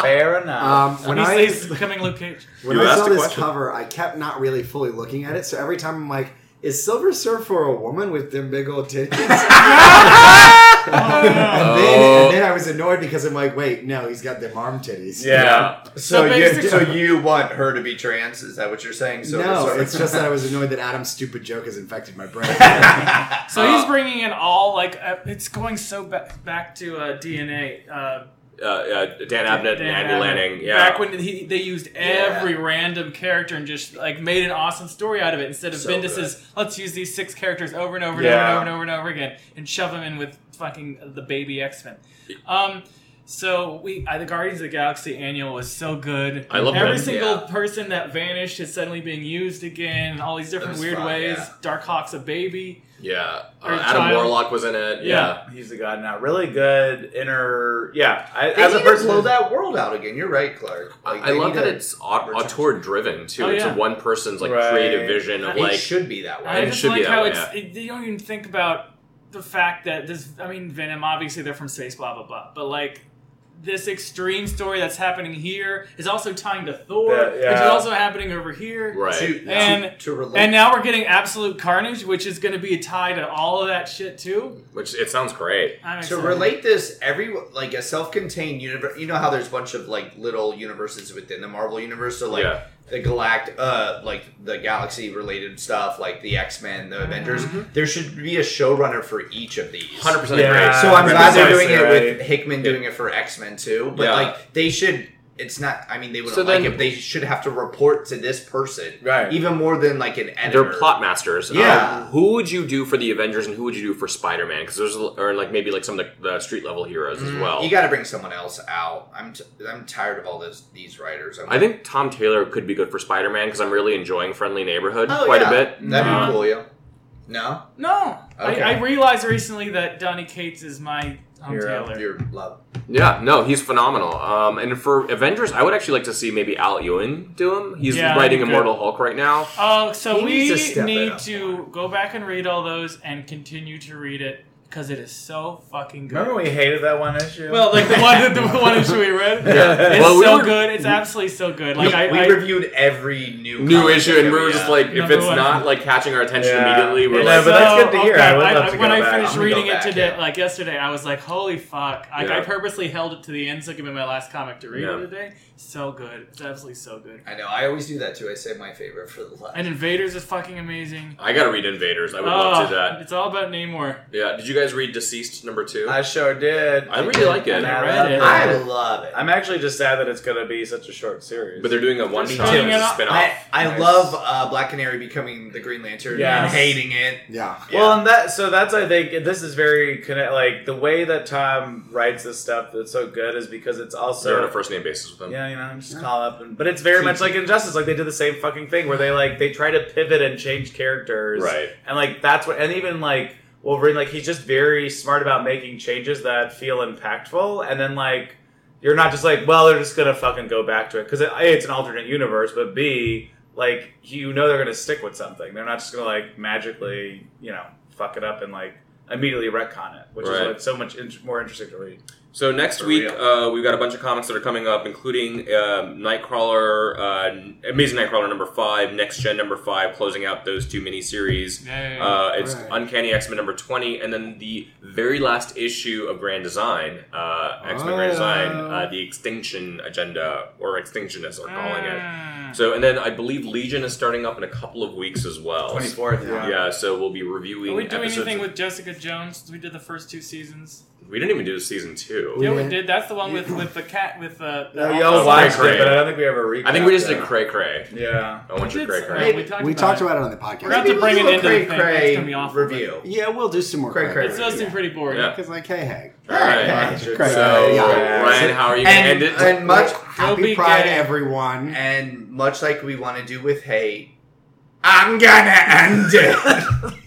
Speaker 1: Fair enough.
Speaker 2: Um, when I
Speaker 5: he's, he's becoming Luke Cage.
Speaker 2: when
Speaker 3: You
Speaker 2: I
Speaker 3: asked
Speaker 2: saw
Speaker 3: a
Speaker 2: this
Speaker 3: question.
Speaker 2: cover, I kept not really fully looking at it. So every time I'm like, "Is Silver Surfer a woman with them big old titties?" and, then,
Speaker 3: Oh.
Speaker 2: and then I was annoyed because I'm like, "Wait, no, he's got them arm titties."
Speaker 1: yeah.
Speaker 4: So,
Speaker 5: So
Speaker 4: you
Speaker 5: basically-
Speaker 4: so you want her to be trans? Is that what you're saying? So
Speaker 2: no,
Speaker 4: sorry.
Speaker 2: it's just that I was annoyed that Adam's stupid joke has infected my brain.
Speaker 5: So he's bringing in all like uh, it's going so ba- back to uh, DNA. Uh,
Speaker 3: uh, uh, Dan Abnett and
Speaker 5: Dan
Speaker 3: Andy
Speaker 5: Abnett.
Speaker 3: Lanning. Yeah,
Speaker 5: Back when he, they used every random character and just like made an awesome story out of it instead of
Speaker 4: So
Speaker 5: Bendis's let's use these six characters over and over and
Speaker 1: Yeah.
Speaker 5: over and over and over again and shove them in with fucking the baby X Men. Um, so we uh, the Guardians of the Galaxy annual was so good.
Speaker 3: I love
Speaker 5: every
Speaker 3: that.
Speaker 5: single person that vanished is suddenly being used again in all these different
Speaker 4: was
Speaker 5: weird
Speaker 4: fun,
Speaker 5: ways.
Speaker 4: yeah.
Speaker 5: Darkhawk's a baby.
Speaker 3: yeah. Uh,
Speaker 5: Or
Speaker 3: Adam
Speaker 5: Child.
Speaker 3: Warlock was in it. Yeah,
Speaker 1: He's the god now. Really good inner. Yeah, I,
Speaker 4: They
Speaker 1: as a
Speaker 4: need to
Speaker 1: person,
Speaker 4: blow that world out again. You're right, Clark. Like,
Speaker 3: I, I
Speaker 4: they
Speaker 3: love
Speaker 4: need
Speaker 3: that
Speaker 4: to-
Speaker 3: it's auteur driven too.
Speaker 5: Oh,
Speaker 3: It's
Speaker 5: yeah.
Speaker 3: a one person's like
Speaker 1: Right.
Speaker 3: creative vision of
Speaker 5: It
Speaker 3: like
Speaker 4: it should be that
Speaker 5: I
Speaker 4: way.
Speaker 3: It
Speaker 5: just
Speaker 3: should be
Speaker 5: like
Speaker 3: that
Speaker 5: how
Speaker 3: way,
Speaker 5: it's it, you don't even think about the fact that this. I mean, Venom. Obviously, they're from space. Blah blah blah. But like this extreme story that's happening here is also tying to Thor,
Speaker 1: That- yeah.
Speaker 5: which is also happening over here.
Speaker 3: right.
Speaker 4: To, to-
Speaker 5: And-
Speaker 4: to relate.
Speaker 5: And now we're getting absolute carnage, which is going to be a tie to all of that shit too.
Speaker 3: Which it sounds great.
Speaker 5: I'm
Speaker 4: to
Speaker 5: excited.
Speaker 4: relate this every like a self-contained universe you know how there's a bunch of like little universes within the marvel universe so like
Speaker 3: Yeah.
Speaker 4: the galact uh like the galaxy related stuff like the x-men the avengers there should be a showrunner for each of these
Speaker 3: Hundred percent
Speaker 1: Yeah.
Speaker 3: agree.
Speaker 4: so i'm glad they're doing it
Speaker 1: Precisely,
Speaker 4: with hickman doing it for x-men too but
Speaker 3: Yeah.
Speaker 4: like they should it's not i mean they wouldn't
Speaker 3: So then-
Speaker 4: like it but they should have to report to this person
Speaker 1: Right.
Speaker 4: even more than like an editor
Speaker 3: They're plot masters.
Speaker 4: Yeah.
Speaker 3: Um, who would you do for the Avengers and who would you do for Spider Man? Because there's or like maybe like some of the, the street level heroes as well.
Speaker 4: Mm-hmm. Mm, you got to bring someone else out. I'm t- I'm tired of all this these writers. I'm
Speaker 3: I think Tom Taylor could be good for Spider Man because I'm really enjoying Friendly Neighborhood
Speaker 4: Oh,
Speaker 3: quite
Speaker 4: yeah.
Speaker 3: a bit.
Speaker 4: That'd
Speaker 5: No.
Speaker 4: be cool, yeah. No,
Speaker 5: No,
Speaker 4: Okay.
Speaker 5: I, I realized recently that Donny Cates is my Tom
Speaker 1: Hero.
Speaker 5: Taylor.
Speaker 4: your love.
Speaker 3: Yeah, no, he's phenomenal. Um, and for Avengers, I would actually like to see maybe Al Ewing do him. He's
Speaker 5: Yeah,
Speaker 3: writing
Speaker 5: that'd be
Speaker 3: Immortal Hulk right now.
Speaker 5: Oh, so
Speaker 4: He
Speaker 5: we
Speaker 4: needs to step it
Speaker 5: need
Speaker 4: up
Speaker 5: to go back and read all those and continue to read it because it is so fucking good.
Speaker 1: Remember when we hated that one issue?
Speaker 5: Well, like the one, the one issue we read.
Speaker 1: Yeah.
Speaker 5: It's
Speaker 3: Well, we
Speaker 5: so
Speaker 3: were-
Speaker 5: good. It's absolutely so good. Like
Speaker 4: we,
Speaker 5: I,
Speaker 4: we
Speaker 5: I
Speaker 4: reviewed every new
Speaker 3: New
Speaker 4: comic
Speaker 3: issue,
Speaker 4: book
Speaker 3: and we were
Speaker 4: every-
Speaker 3: just like, if
Speaker 5: Number
Speaker 3: it's
Speaker 5: one.
Speaker 3: not like catching our attention
Speaker 1: Yeah.
Speaker 3: immediately, we're
Speaker 1: No,
Speaker 3: like,
Speaker 1: but that's good to hear. I would
Speaker 5: okay,
Speaker 1: love to
Speaker 5: when
Speaker 1: go
Speaker 5: I
Speaker 1: back.
Speaker 5: finished
Speaker 4: I'm gonna
Speaker 5: reading
Speaker 4: go
Speaker 5: it
Speaker 4: back,
Speaker 5: today,
Speaker 4: yeah.
Speaker 5: like yesterday, I was like, "Holy fuck!" I, I
Speaker 3: Yeah.
Speaker 5: purposely held it to the end so it could be my last comic to read
Speaker 3: Yeah.
Speaker 5: today. So good. It's absolutely so good.
Speaker 4: I know. I always do that too. I say my favorite for the last.
Speaker 5: And Invaders is fucking amazing.
Speaker 3: I gotta read Invaders. I would love to do
Speaker 5: Oh,
Speaker 3: that.
Speaker 5: It's all about Namor.
Speaker 3: Yeah. Did you guys read Deceased number two?
Speaker 1: I sure did.
Speaker 3: I really like it.
Speaker 1: And
Speaker 5: I
Speaker 1: love
Speaker 5: read it.
Speaker 4: I love it.
Speaker 1: I'm actually just sad that it's going to be such a short series.
Speaker 3: but they're doing a one shot
Speaker 5: spinning it
Speaker 3: as a
Speaker 5: off.
Speaker 3: spin
Speaker 4: I,
Speaker 3: off.
Speaker 4: I
Speaker 1: Nice.
Speaker 4: love uh, Black Canary becoming the Green Lantern and
Speaker 1: Yes.
Speaker 4: hating it.
Speaker 2: yeah.
Speaker 1: Well, and that so that's I think and this is very connect like the way that Tom writes this stuff that's so good is because it's
Speaker 3: They're on a
Speaker 1: also
Speaker 3: first name basis with them.
Speaker 1: yeah you know just call up and but it's very much like Injustice like they did the same fucking thing where they like they try to pivot and change characters
Speaker 3: Right.
Speaker 1: and like that's what and even like Wolverine like he's just very smart about making changes that feel impactful and then like you're not just like well they're just gonna fucking go back to it because it, a it's an alternate universe but b like you know they're gonna stick with something they're not just gonna like magically you know fuck it up and like immediately retcon it which is
Speaker 3: Right.
Speaker 1: like so much in- more interesting to read.
Speaker 3: So next
Speaker 4: For
Speaker 3: week,
Speaker 4: real.
Speaker 3: uh, we've got a bunch of comics that are coming up, including um Nightcrawler, uh, Amazing Nightcrawler number five, Next Gen number five, closing out those two miniseries.
Speaker 5: Yay.
Speaker 3: Uh, it's
Speaker 2: Right.
Speaker 3: Uncanny X Men number twenty, and then the very last issue of Grand Design, uh, X Men Grand Design,
Speaker 2: Oh.
Speaker 3: uh, the Extinction Agenda or Extinction as they're calling it.
Speaker 5: Mm.
Speaker 3: So, and then I believe Legion is starting up in a couple of weeks as well.
Speaker 1: Twenty fourth.
Speaker 2: Yeah.
Speaker 3: Yeah, so we'll be reviewing.
Speaker 5: Are we doing
Speaker 3: episodes
Speaker 5: anything
Speaker 3: of-
Speaker 5: with Jessica Jones? We did the first two seasons.
Speaker 3: We didn't even do season two.
Speaker 2: We
Speaker 5: Yeah, we
Speaker 2: did.
Speaker 5: did. That's the one with with the cat with the. the
Speaker 1: No,
Speaker 5: office.
Speaker 1: y'all
Speaker 3: Oh,
Speaker 1: watched
Speaker 3: great,
Speaker 1: it, but
Speaker 3: great.
Speaker 1: I don't think we ever read.
Speaker 3: I think we just did cray cray.
Speaker 1: Yeah.
Speaker 3: I want
Speaker 5: We
Speaker 3: your
Speaker 5: did-
Speaker 3: cray cray.
Speaker 5: right, We talked,
Speaker 2: We
Speaker 5: about,
Speaker 2: talked
Speaker 5: it.
Speaker 2: about it on the podcast.
Speaker 5: We're gonna have to bring it
Speaker 4: Maybe
Speaker 5: into
Speaker 4: we'll
Speaker 5: the
Speaker 4: do a
Speaker 5: thing. It's gonna be
Speaker 4: cray-cray
Speaker 5: awful.
Speaker 4: review.
Speaker 2: Yeah, we'll do some more.
Speaker 4: Cray, cray.
Speaker 5: It's supposed to be pretty boring.
Speaker 3: Yeah.
Speaker 2: Because like, hey, hey,
Speaker 3: All right.
Speaker 2: Cray,
Speaker 1: Cray,
Speaker 2: cray,
Speaker 3: So,
Speaker 2: yeah.
Speaker 3: Ryan, how are you going to end
Speaker 4: And,
Speaker 3: it?
Speaker 4: and much
Speaker 5: Don't
Speaker 2: happy
Speaker 5: be
Speaker 2: Pride,
Speaker 5: gay.
Speaker 2: everyone.
Speaker 4: and much like we want to do with hey, I'm gonna end it.